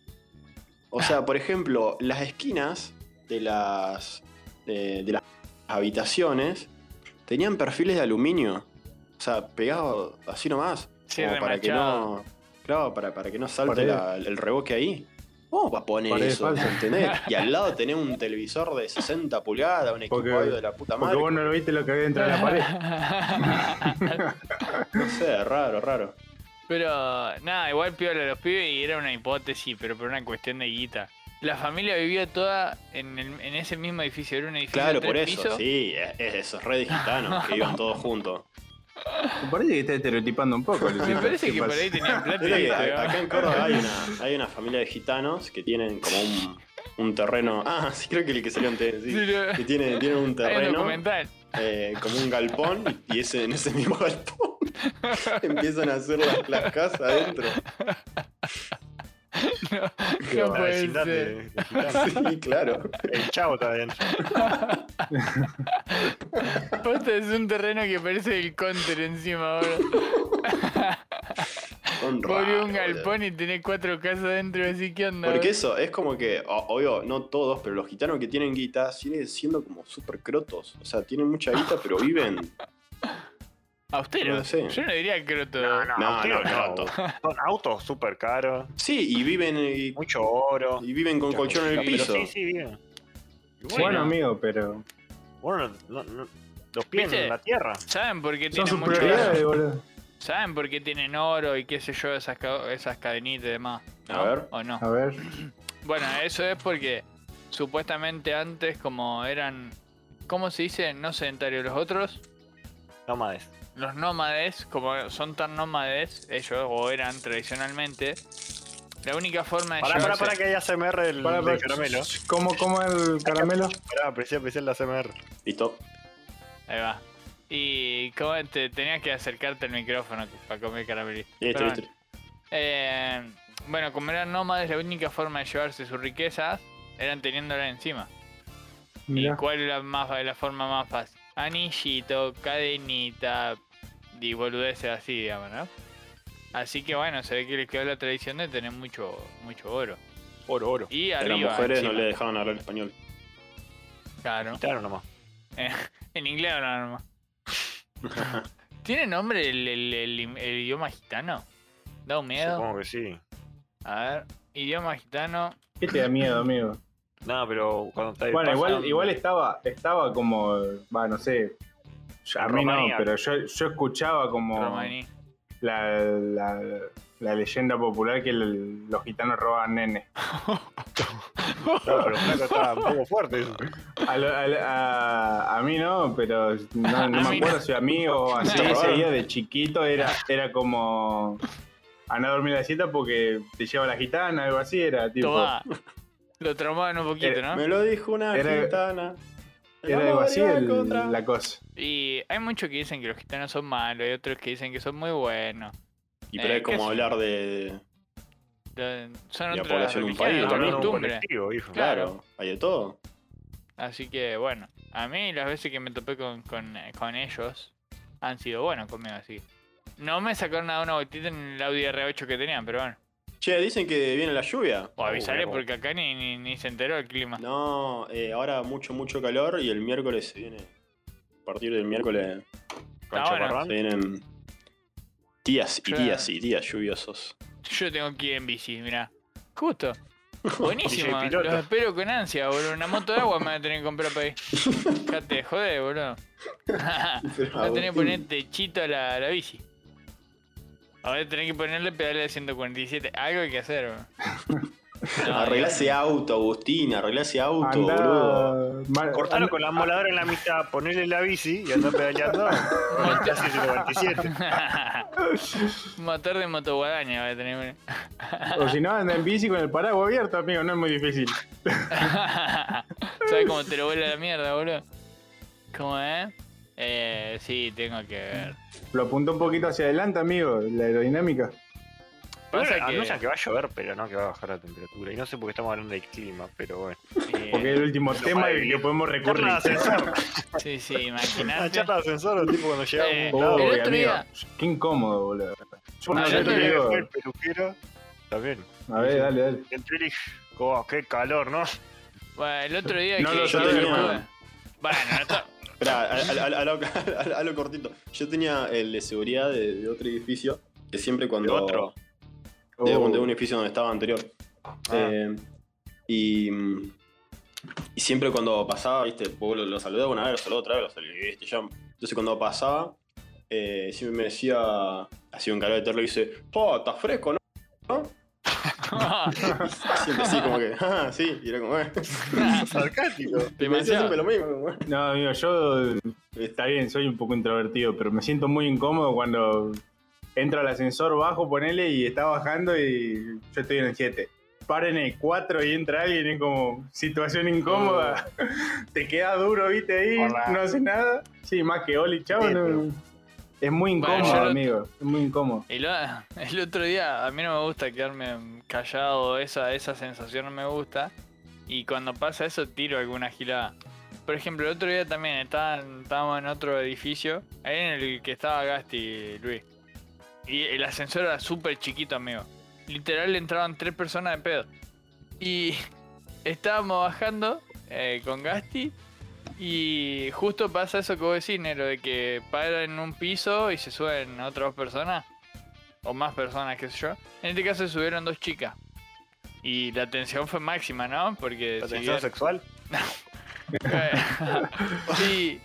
S1: O sea, por ejemplo, las esquinas de las, de, de las habitaciones tenían perfiles de aluminio. O sea, pegado así nomás.
S4: Sí,
S1: como para que
S4: remachado.
S1: no. Claro, para, para que no salte
S2: Pared.
S1: la- el reboque ahí. ¿Cómo va a poner
S2: Paredes
S1: eso?
S2: falsas.
S1: ¿Entendés? Y al lado tenés un televisor de 60 pulgadas, un equipo
S2: Porque-
S1: audio de la puta
S2: Porque
S1: madre.
S2: vos no lo viste lo que había dentro de la pared.
S1: No sé, raro, raro.
S4: Pero nada, igual piola a los pibes y era una hipótesis, pero por una cuestión de guita. La familia vivía toda en, el- en ese mismo edificio, era un edificio
S1: Claro,
S4: de
S1: por
S4: tres
S1: eso,
S4: pisos.
S1: sí, es- es esos redes gitanos que iban todos juntos.
S2: Me parece que está estereotipando un poco.
S4: Me parece que por ahí tenían plata y
S1: Mira que
S4: eso,
S1: a-
S4: ¿no?
S1: acá en Córdoba hay una, hay una familia de gitanos que tienen como un, un terreno. Ah, sí, creo que el que salió antes. sí.
S4: Sí, no.
S1: que tienen, tienen un
S4: Hay un
S1: terreno,
S4: documental.
S1: eh, como un galpón, y ese, en ese mismo galpón empiezan a hacer las, las casas adentro.
S4: No,
S2: Qué
S4: no
S2: va,
S3: La
S4: puede
S3: vecindad de-
S4: ser.
S3: de Gitano.
S1: Sí, claro.
S3: El chavo está adentro.
S4: Posta, es un terreno que parece el counter encima ahora.
S1: Son
S4: Pobre
S1: raros,
S4: un galpón y tenés cuatro casas adentro, así que onda.
S1: Porque eso, es como que, o- obvio, no todos, pero los gitanos que tienen guita siguen siendo como súper crotos. O sea, tienen mucha guita, pero viven.
S4: Austero.
S1: no sé.
S4: Yo no diría croto.
S3: No, no,
S1: No,
S3: austero
S1: Ah, no,
S3: no.
S1: no.
S3: Son autos súper caros,
S1: Sí, y viven y,
S3: mucho oro.
S1: y viven con
S3: mucha
S1: colchón en el
S3: música,
S1: piso.
S3: pero Sí, sí, bien. Y
S4: Sí,
S2: Bueno,
S4: ¿no?
S2: amigo, pero.
S3: bueno, no- no- los pies
S4: ¿Viste?
S3: en la tierra.
S4: ¿Saben por qué
S2: Son
S4: tienen
S2: sus
S4: mucho
S2: prioridades, boludo.
S4: ¿Saben por qué tienen oro y qué sé yo, esas, ca- esas cadenitas y demás?
S1: A
S4: ¿No?
S1: ver.
S4: ¿O no?
S2: A ver.
S4: Bueno, eso es porque supuestamente antes, como eran. ¿Cómo se dice? No sedentarios los otros.
S3: Nómades.
S4: Los nómades, como son tan nómades, ellos, o eran tradicionalmente, la única forma de.
S3: Pará, pará,
S4: llevarse-
S3: pará, que hay ACMR del,
S2: Para, para,
S3: del caramelo.
S2: ¿Cómo, cómo el caramelo?
S3: Pará, aprecié, aprecié el ACMR.
S1: Listo.
S4: Ahí va. Y como te tenías que acercarte al micrófono para comer caramelito.
S1: Listo,
S4: Pero
S1: listo.
S4: bueno. Eh, bueno, como eran nómades, la única forma de llevarse sus riquezas eran teniéndola encima. ¿Y
S2: Mirá.
S4: cuál es la, más, la forma más fácil? Anillito, cadenita y boludeces así, digamos, ¿no? Así que bueno, se ve que les quedó la tradición de tener mucho, mucho oro.
S3: Oro, oro.
S4: Y
S1: A
S4: arriba.
S1: las mujeres no
S4: encima.
S1: le dejaban hablar español.
S4: Claro.
S3: Claro nomás.
S4: En inglés hablan nomás. ¿Tiene nombre el, el- el- el idioma gitano? Da un miedo.
S3: Supongo que sí.
S4: A ver, idioma gitano.
S2: ¿Qué te da miedo, amigo?
S3: No, pero cuando está
S2: Bueno,
S3: pasa-
S2: igual, igual estaba, estaba como, va, no sé, yo- a mí no,
S3: Romanía.
S2: pero yo, yo escuchaba como
S4: romaní.
S2: la, la, la leyenda popular que el- los gitanos roban nene.
S3: No, pero flaco está un poco fuerte. eso.
S2: A, lo- a, a- a mí no, pero no, no
S4: A
S2: me
S4: mí
S2: acuerdo
S4: no.
S2: si a mí o así
S1: Te robaron.
S2: seguía de chiquito, era, era como andá a dormir a la cita porque te lleva la gitana, algo así, era tipo...
S4: Tomá. Lo traumaban un poquito,
S2: Eh,
S4: ¿no?
S1: Me lo dijo una
S2: Era-
S1: gitana. El
S2: Era algo
S1: amor
S2: así
S1: iba
S2: el-
S1: contra-
S2: la cosa.
S4: Y hay muchos que dicen que los gitanos son malos, hay otros que dicen que son muy buenos.
S1: Y pero
S4: Eh,
S1: es como
S4: ¿qué
S1: hablar de.
S4: Lo- Son
S1: Y la
S4: otras
S1: población de un
S4: religiones,
S1: país,
S4: otras
S1: ¿no?
S3: Hablando de un
S4: costumbres.
S3: colectivo, hijo.
S4: Claro.
S1: Claro, hay de todo.
S4: Así que bueno, a mí las veces que me topé con, con, con ellos han sido buenos conmigo, así. No me sacaron nada de una gotita en el Audi R8 que tenían, pero bueno.
S1: Che, dicen que viene la lluvia.
S4: O avisaré
S3: mira,
S4: porque acá ni, ni, ni se enteró el clima.
S1: No, eh, ahora mucho, mucho calor y el miércoles se viene. A partir del miércoles
S3: Con
S4: Está bueno.
S1: se
S3: chaparrón.
S1: vienen días y
S4: ¿Ah? Claro.
S1: días y días lluviosos.
S4: Yo tengo que ir en bici, mirá. Justo. Buenísimo.
S3: DJ piloto.
S4: Los espero con ansia, boludo. Una moto de agua me voy a tener que comprar para ahí. Ya te jodé, boludo. Voy a tener que poner techito a la, a la bici. Ahora tenés que ponerle pedales de 147. Algo hay que hacer, boludo. No,
S1: arreglá ese auto, Agustín, arreglá ese auto, boludo.
S2: Andá, mal-
S3: Cortalo con la moladora en la mitad, ponele la bici y andá pedaleando. Con el chasis del 97.
S4: Un motor de motoguadaña voy a tener. boludo.
S2: O si no, anda en bici con el paraguas abierto, amigo, no es muy difícil.
S4: ¿Sabes cómo te lo vuela la mierda, boludo? ¿Cómo es? Eh, sí, tengo que ver.
S2: Lo apuntó un poquito hacia adelante, amigo, la aerodinámica.
S4: Pasa
S3: Bueno,
S4: que-
S3: anuncian que va a llover, pero no que va a bajar la temperatura. Y no sé por qué estamos hablando del clima, pero bueno.
S4: Eh,
S2: Porque es el último tema
S3: madre
S2: y
S3: mía.
S2: que podemos recurrir.
S3: Charla de ascensor.
S4: Sí, sí,
S3: La
S4: imagínate.
S3: charla de ascensor, el tipo cuando llega a
S4: Eh,
S3: un
S2: Oh,
S3: lado.
S4: El otro
S2: amigo,
S4: día-
S2: qué incómodo, boludo. Yo
S4: Ah,
S2: no
S4: el
S2: sé
S4: otro
S2: qué
S4: día
S2: digo.
S3: fue el peluquero. También.
S2: A ver, dale, dale.
S3: El Trich, oh, qué calor, ¿no?
S4: Bueno, el otro día
S2: No
S4: que
S2: lo
S4: yo
S1: sabía.
S4: tenía- Bueno, no está-
S1: Esperá, a, a- a- a lo, a lo cortito. Yo tenía el de seguridad de, de otro Uh. edificio, que siempre cuando.
S3: otro?
S1: De,
S2: Oh,
S1: un- de un edificio donde estaba anterior.
S3: Ah,
S1: Eh, y, mm, y siempre cuando pasaba, viste, vos lo, lo saludé una vez, lo saludé otra vez, lo saludé, viste, ya. Entonces cuando pasaba, eh, siempre me decía, así un calor de terror, y dice, ¡Oh, estás fresco, no! ¿No? Y siempre sí, como que, ah, sí, y era como, eh. Y
S3: Sarcástico.
S1: me decía
S4: Demasiado.
S1: siempre lo mismo, como, eh.
S2: No, amigo, yo está bien, soy un poco introvertido, pero me siento muy incómodo cuando entra el ascensor bajo, ponele, y está bajando y yo estoy en el 7. Paren en el 4 y entra alguien, es como situación incómoda. Te queda duro, viste ahí,
S3: Hola.
S2: no haces nada. Sí, más que Oli, chao.
S3: Sí,
S2: no-
S3: pero-
S2: Es muy
S4: Bueno,
S2: incómodo,
S4: yo lo-
S2: amigo. Es muy incómodo.
S4: El, o- el otro día, a mí no me gusta quedarme callado, esa, esa sensación no me gusta. Y cuando pasa eso, tiro alguna gilada. Por ejemplo, el otro día también estaban- estábamos en otro edificio, ahí en el que estaba Gasti, Luis. Y el ascensor era súper chiquito, amigo. Literal entraban tres personas de pedo. Y estábamos bajando eh, con Gasti y justo pasa eso que vos decís, Nero, de que paran en un piso y se suben otras dos personas, o más personas, qué sé yo. En este caso se subieron dos chicas. Y la tensión fue máxima, ¿no? Porque...
S3: ¿La
S4: si
S3: tensión
S4: bien-
S3: sexual?
S4: y,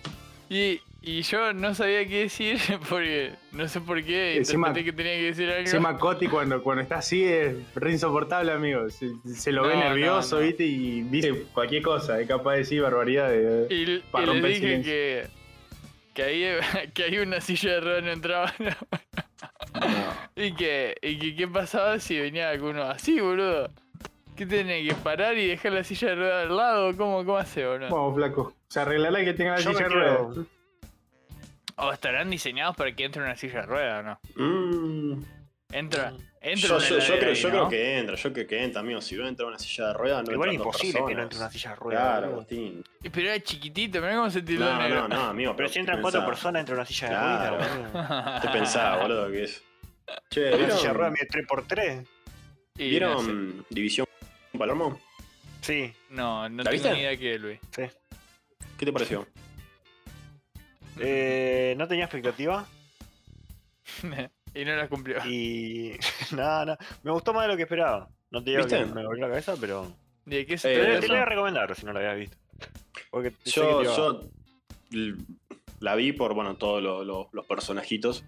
S4: y, y yo no sabía qué decir porque no sé por qué
S2: Encima-
S4: interpreté que tenía que decir algo.
S2: Encima Coti cuando, cuando está así es re insoportable, amigo. Se, se lo ve
S4: No,
S2: nervioso,
S4: no, no.
S2: viste, y dice cualquier cosa. Es capaz de decir barbaridades.
S4: y l-
S2: para
S4: y le
S2: romper el
S4: dije
S2: silencio.
S4: que, que, ahí, que ahí una silla de ruedas no entraba. ¿no? Y, que, y que qué pasaba si venía alguno así, boludo. ¿Qué tenés que parar y dejar la silla de ruedas al lado? ¿Cómo, cómo hace, boludo?
S2: Vamos, flaco. Se arreglará que tenga la
S3: Yo me
S2: silla de
S3: quiero-
S2: ruedas.
S4: ¿O estarán diseñados para que entre una silla de ruedas o no?
S1: Mm.
S4: Entra, entra
S1: Yo,
S4: una
S1: yo- yo
S4: heladera
S1: creo,
S4: ahí,
S1: yo
S4: ¿no?
S1: creo que entra, yo creo que entra, amigo. Si no entra una silla de ruedas, no
S3: Igual
S1: entran dos
S3: imposible que no entre una
S1: personas.
S3: silla de
S1: Claro,
S3: ruedas.
S1: Agustín.
S4: Y Pero era chiquitito, mirá cómo se tildó
S1: No, no,
S4: negro.
S1: no, amigo.
S3: pero si entran cuatro personas, entra una silla de
S1: Claro.
S3: ruedas. boludo.
S1: Te pensaba, boludo, que es. Che,
S3: Una silla de ruedas
S1: ¿vieron,
S3: mide 3x3.
S4: Y no sé.
S1: ¿vieron División Palermo?
S3: Sí,
S4: No, no
S1: ¿La
S4: tengo
S1: viste?
S4: ni idea que Luis.
S3: sí.
S1: ¿Qué te pareció?
S3: Eh, no tenía expectativa
S4: y no las cumplió.
S1: Ah.
S3: y nada, nada. Me gustó más de lo que esperaba. No te digo
S1: ¿Viste?
S3: que me volvió la cabeza, pero.
S4: ¿De qué
S1: Eh,
S4: se
S3: Pero
S4: trata
S3: te
S4: eso?
S3: lo voy a recomendar si no lo habías visto. Porque sé que
S1: Yo,
S3: te va.
S1: yo l- la vi por, bueno, todos los, los- los personajitos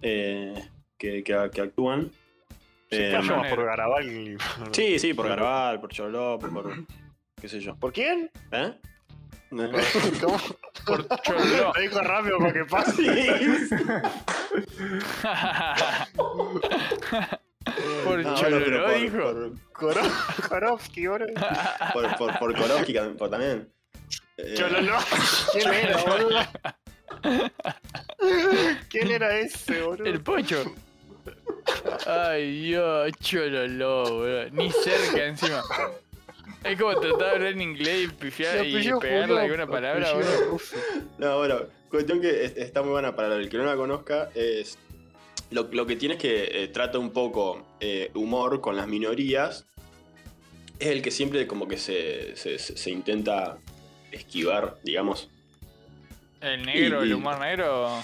S1: eh, que, que- que actúan.
S3: Se
S1: Eh,
S3: cayó más
S4: Negro.
S3: por Garabal. y-
S1: sí, sí, por Garabal, por Cholop, por. qué sé yo.
S3: ¿Por quién?
S1: ¿Eh?
S3: ¿Cómo?
S4: Por Choló.
S3: Lo dijo rápido para que pase.
S4: por
S1: No, Ah, bueno, pero
S4: Choló,
S1: por-
S4: dijo.
S1: por-
S3: Koro- Korovsky, boludo.
S1: Por, por, por Koloski tam- por también. Eh,
S3: Chololo. ¿Quién era, boludo? ¿Quién era ese, boludo?
S4: El pocho. Ay, Dios, Chololó, boludo. Ni cerca encima. Es como tratar de hablar en inglés y pifiar y pegarle alguna palabra, boludo.
S1: No, bueno, cuestión que es- está muy buena para el que no la conozca. Es, lo, lo que tiene es que eh, trata un poco eh, humor con las minorías. Es el que siempre como que se, se- se- se intenta esquivar, digamos.
S4: El negro,
S1: Y- y-
S4: el humor negro.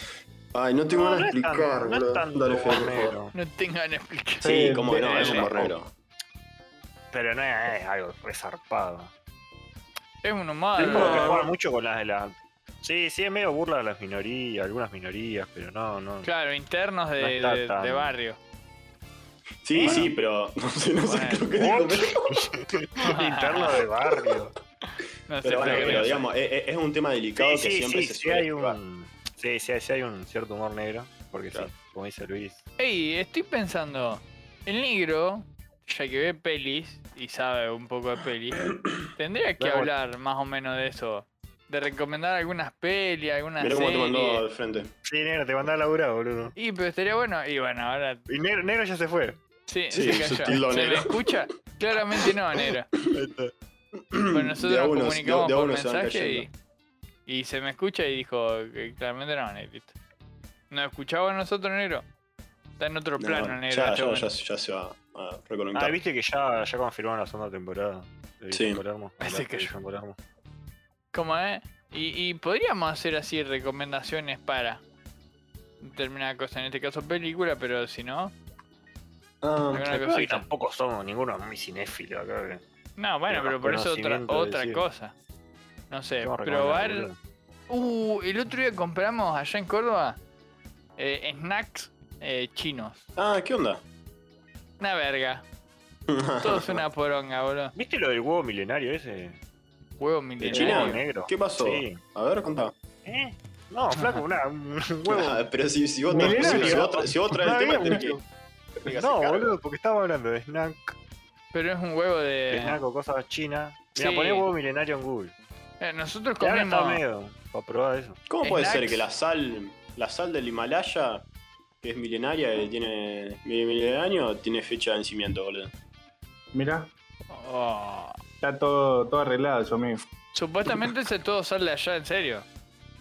S1: Ay, no tengo
S3: No,
S1: ganas
S3: no
S1: de
S3: es tan-
S1: explicar,
S3: no es
S1: boludo.
S3: tan
S1: Dale, Fede, por favor.
S3: negro.
S4: No tengan explicación.
S1: Sí, como que no,
S3: Eh,
S1: es un
S3: eh,
S1: humor negro.
S3: Pero no es, es algo resarpado.
S4: Es un humor.
S3: Es como que
S1: no.
S3: juega mucho con las de la. Sí, sí, es medio burla de las minorías, algunas minorías, pero no, no.
S4: Claro, internos de,
S3: No está
S4: de-
S3: tan-
S4: de barrio.
S1: Sí,
S3: Bueno.
S1: sí, pero no sé, no sé
S4: Bueno.
S1: qué es lo que digo. pero-
S3: Interno de barrio.
S4: No sé
S1: Pero bueno,
S4: por qué
S1: pero
S4: no sé.
S1: digamos, eh, es, es- es un tema delicado que siempre se suele
S3: hay
S1: esquivar.
S3: un, sí, sí, hay- sí hay un cierto humor negro, porque
S1: Claro.
S3: sí, como dice Luis.
S4: Ey, estoy pensando, el negro, ya que ve pelis y sabe un poco de pelis, tendría que
S3: Vamos.
S4: hablar más o menos de eso. De recomendar algunas pelis, algunas
S1: Mirá cómo te mandó
S4: series.
S1: al frente.
S3: Sí, negro, te mandaba a laburar, boludo.
S4: Y pero estaría bueno. Y bueno, ahora
S3: Y negro, negro ya se fue.
S4: sí,
S1: Sí,
S4: se
S1: sutil
S4: cayó.
S1: lo
S4: ¿Se me
S1: negro.
S4: escucha? Claramente no, negro.
S3: Ahí está.
S4: Pero
S1: De a
S4: nosotros nos
S1: uno,
S4: comunicamos
S1: de a
S4: por
S1: uno se van
S4: mensaje y, y se me escucha y dijo que claramente no, negrito. ¿Nos escuchaba a nosotros, negro? Está en otro
S1: No,
S4: plano,
S1: bueno,
S4: negro. en
S1: ya,
S4: este
S1: ya,
S4: momento.
S1: ya, ya se va a reconectar.
S3: Ah, viste que ya, ya confirmaron la segunda temporada. de
S1: Sí.
S3: Palermo.
S4: Ese
S3: Hablar de
S4: que yo-
S3: División Palermo.
S4: ¿Cómo es? eh, Y, y podríamos hacer así recomendaciones para determinada cosa, en este caso película, pero si no, Eh,
S1: Ah,
S4: Alguna
S3: Hoy
S4: cosita.
S3: tampoco somos ninguno muy cinéfilo. Acá,
S4: No, bueno,
S3: Tenemos
S4: pero por eso otra,
S3: conocimiento de
S4: otra
S3: decir.
S4: cosa. No sé,
S3: ¿qué vamos a recomendar,
S4: probar.
S3: boludo?
S4: Uh, el otro día compramos allá en Córdoba eh, snacks eh, chinos.
S1: ah, ¿qué onda?
S4: Una verga. Todo es una poronga, boludo.
S3: ¿Viste lo del huevo milenario ese?
S4: Huevo
S1: ¿De
S4: milenario.
S1: China?
S3: Huevo negro.
S1: ¿Qué pasó?
S3: Sí.
S1: A ver, contá.
S3: ¿Eh? No, flaco, una, un huevo.
S1: Ah, pero si, si vos
S2: Milenario.
S1: si vos tra- si vos traes el tema,
S3: Está bien,
S1: tenés que. tenés que hacer
S3: No,
S1: cargo.
S3: boludo, porque estaba hablando de snack,
S4: Pero es un huevo
S3: de snack
S4: de.
S3: o cosas chinas. Mira,
S4: Eh. Sí.
S3: poné huevo milenario en Google.
S4: Eh, nosotros
S3: Y ahora está
S4: comemos.
S3: medio para probar eso.
S1: ¿Cómo puede ser
S4: Snacks.
S1: que la sal, la sal del Himalaya, que es milenaria, que tiene mil miles de años, tiene fecha de vencimiento, boludo?
S2: Mirá,
S4: Oh.
S2: está todo, todo arreglado, su amigo.
S4: Supuestamente ese todo sale allá, en serio.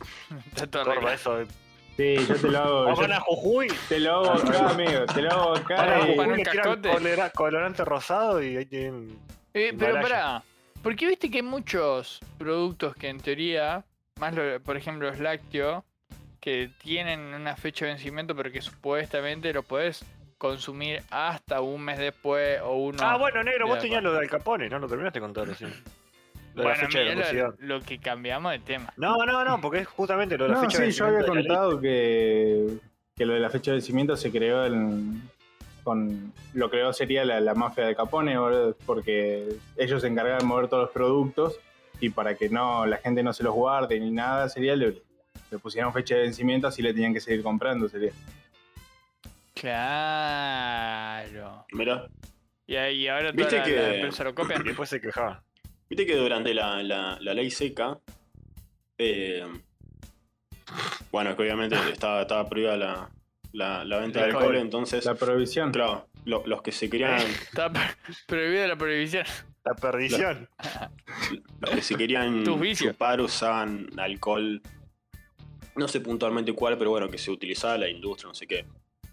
S4: Está todo
S3: Corba
S4: arreglado.
S3: eso.
S2: Sí, yo te lo hago.
S3: Vamos
S2: yo
S3: a Jujuy.
S2: te lo hago acá, amigo. Te lo hago acá.
S3: Para
S4: para
S2: y-
S3: Jujuy
S4: un
S3: le tiran
S4: cascote.
S3: colora- colorante rosado y ahí tienen.
S4: Eh, pero
S3: Himalaya.
S4: pará, porque viste que hay muchos productos que en teoría, más lo- por ejemplo los lácteos, que tienen una fecha de vencimiento, pero que supuestamente lo podés consumir hasta un mes después o uno.
S3: Ah, bueno, negro, vos
S4: Ya,
S3: tenías lo de Al Capone, no lo terminaste de contar recién. Lo de la
S4: Bueno,
S3: fecha de
S4: mirá lo-
S3: caducidad.
S4: lo, que cambiamos de tema.
S3: No, no, no, porque es justamente lo de la
S2: No,
S3: fecha de
S2: sí, yo había
S3: vencimiento de la
S2: contado que, que lo de la fecha de vencimiento se creó en, con. Lo creó sería la, la mafia de Capone, boludo, porque ellos se encargaban de mover todos los productos y para que no la gente no se los guarde ni nada, sería le, le pusieron fecha de vencimiento, así le tenían que seguir comprando, sería.
S4: Claro.
S1: Mirá.
S4: Y ahí ahora toda
S1: Viste
S4: la,
S1: que-
S4: la empresa lo copia.
S3: lista. Y después se quejaba.
S1: Viste que durante la, la- la ley seca, eh, bueno, que obviamente estaba, estaba prohibida la, la- la venta de
S4: Ah. El
S1: alcohol,
S4: alcohol. Eh.
S1: entonces,
S2: La prohibición.
S1: claro, lo- los que se querían,
S4: Está pro- prohibida la prohibición.
S3: La perdición.
S1: los que se querían
S4: Tus vicios.
S1: chupar usaban alcohol, no sé puntualmente cuál, pero bueno, que se utilizaba la industria, no sé qué.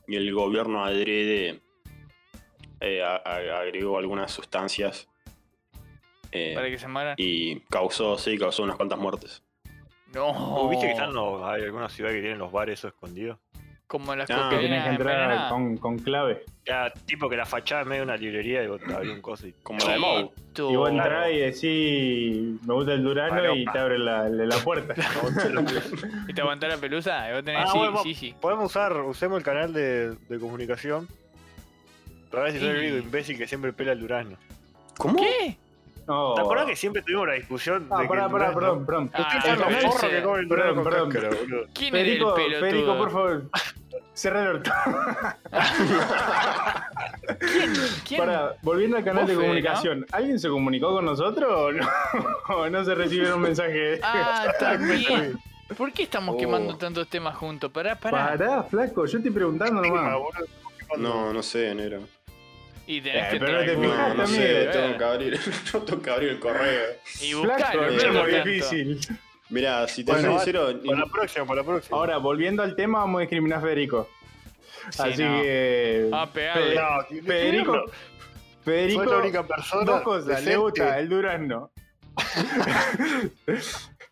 S1: Y el gobierno adrede eh, a- a- agregó algunas sustancias eh,
S4: Para que se mueran.
S1: y causó, sí, causó unas cuantas muertes.
S4: No.
S3: ¿O ¿Viste que
S4: Oh.
S3: están los, hay algunas ciudades que tienen los bares esos escondidos?
S4: Como las
S1: Ah,
S4: cocaínas
S2: Tienen que entrar
S4: envenenadas.
S2: con, con clave.
S3: Ya, tipo que la fachada es medio una librería y vos te abrís un coso y.
S1: Como la de Mou.
S3: Oh,
S4: Tú.
S2: Y vos entrás y decís, me gusta el Durano y
S3: Falopa.
S2: te abre la, la- la puerta.
S4: Y te aguantás la pelusa, y vos tenés
S3: Ah,
S4: sí,
S3: bueno,
S4: sí, sí.
S3: Podemos usar, usemos el canal de, de comunicación. Para ver si soy el
S4: Sí.
S3: único imbécil que siempre pela el durazno.
S1: ¿Cómo?
S4: ¿Qué?
S2: No.
S1: Oh.
S3: ¿Te acordás que siempre tuvimos la discusión?
S2: Ah,
S3: de
S2: pará,
S3: que
S2: pará,
S3: el durazno-
S2: perdón, perdón.
S4: Ah,
S3: Ustedes saben
S4: el
S3: los forros
S4: ese.
S3: que comen el durazno con
S2: Perdón,
S3: cáscara, boludo.
S4: ¿Quién
S2: Federico,
S4: era el pelotudo?
S2: Federico, por favor. Cierra el orto.
S4: ¿Quién?
S2: Pará, volviendo al canal
S4: Vos,
S2: de
S4: Fede,
S2: comunicación, ¿alguien se comunicó con nosotros o no, ¿O no se recibieron mensajes?
S4: Ah, también. ¿Por qué estamos quemando tantos temas juntos? Pará, pará.
S2: Oh. Pará, flaco, yo estoy preguntando
S3: Ah,
S2: nomás.
S3: boludo, ¿cuándo?
S1: No, no sé, negro.
S4: Y tenés
S2: Eh,
S4: que
S2: pero
S4: entrar
S2: no te
S4: en
S1: No,
S2: fijas,
S4: Google,
S1: no
S2: también,
S1: sé,
S4: eh.
S1: tengo que abrir, tengo que abrir el correo.
S4: Y
S2: Flaco,
S4: buscalo,
S2: es
S4: no
S2: muy
S4: lo tanto.
S2: difícil.
S1: Mirá, si te
S3: Bueno,
S1: soy sincero, ni-
S3: Para la próxima, para la próxima.
S2: Ahora, volviendo al tema, vamos a discriminar a Federico.
S4: Sí,
S2: Así
S4: no.
S2: que.
S4: Ah, pegale.
S2: Fede-
S3: No,
S2: eh, Federico. Federico,
S3: Soy la única persona.
S2: dos cosas. Le
S3: decente.
S2: gusta eh. el durazno.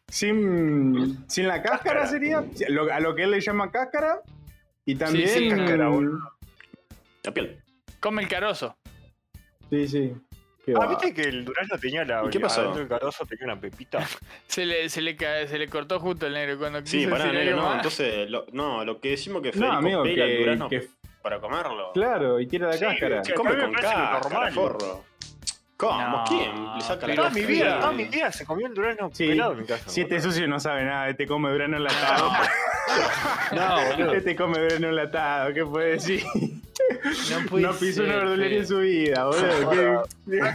S2: sin, sin la cáscara
S3: Cáscara.
S2: sería. lo- a lo que él le llama cáscara. Y también.
S4: sí,
S2: cáscara,
S4: cáscara,
S1: la piel.
S4: Come el carozo.
S2: Sí, sí. Qué
S3: Ah,
S2: va.
S3: viste que el durazno tenía la.
S1: ¿Y qué pasó?
S3: adentro del carozo tenía una pepita.
S4: Se le, se le, ca- se le cortó justo el negro cuando
S1: Sí,
S4: quiso
S1: pará,
S4: decir
S1: negro,
S4: algo
S1: no.
S4: más.
S1: Entonces, lo, no, lo que decimos que
S2: no,
S1: Federico
S2: amigo,
S1: pela el
S2: que,
S1: durazno
S2: que-
S1: para comerlo.
S2: Claro, y tira la
S3: Sí,
S2: cáscara.
S3: sí. A
S1: Come
S3: mí me
S1: con
S3: parece lo
S1: cáscara,
S3: normal.
S1: forro. ¿Cómo?
S4: No,
S1: ¿Quién? Le saca la
S4: pero
S3: Toda mi vida,
S4: sí.
S3: toda mi vida se comió el durazno
S2: Sí.
S3: pelado en mi casa.
S2: Si este sucio no sabe nada, este come durazno enlatado.
S3: No, Ah, boludo.
S2: este come durazno enlatado, ¿qué puede decir?
S4: No puede
S2: No pisó una
S4: ser,
S2: verdulería
S4: Fede.
S2: en su vida,
S3: Ah,
S2: boludo. ¿Qué-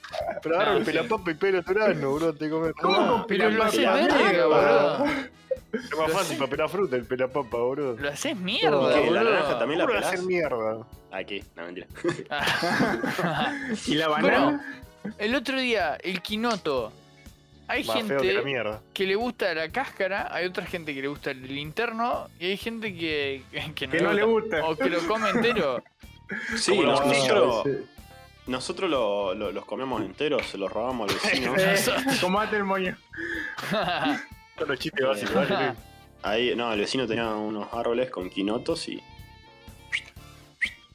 S3: Pero ahora
S4: No,
S3: el pelapapa y pelo durazno, boludo, te comes.
S2: ¿Cómo
S4: Pero lo haces
S2: Papá,
S4: verga,
S2: amigo.
S4: boludo.
S3: Es más fácil para pelar fruta el pelapapa, boludo.
S4: Lo haces mierda,
S1: ¿Y qué? ¿La
S4: boludo.
S1: naranja también la
S3: ¿Cómo lo vas a hacer
S1: pelás?
S3: mierda?
S1: Aquí, no, mentira.
S4: Ah.
S2: ¿Y la banana?
S4: el otro día, el quinoto. Hay
S3: Más feo que la
S4: gente
S3: mierda.
S4: que le gusta la cáscara, hay otra gente que le gusta el interno y hay gente que, que no,
S2: que no le gusta.
S4: O que lo come entero.
S1: Sí,
S3: Como los
S1: nos-
S3: bolsillos,
S1: nosotros, nosotros lo- lo- los comemos enteros, se los robamos al vecino.
S2: Eh, comate el moño.
S3: Son los chistes básicos, dale, Luis.
S1: Ahí, no, el vecino tenía unos árboles con quinotos y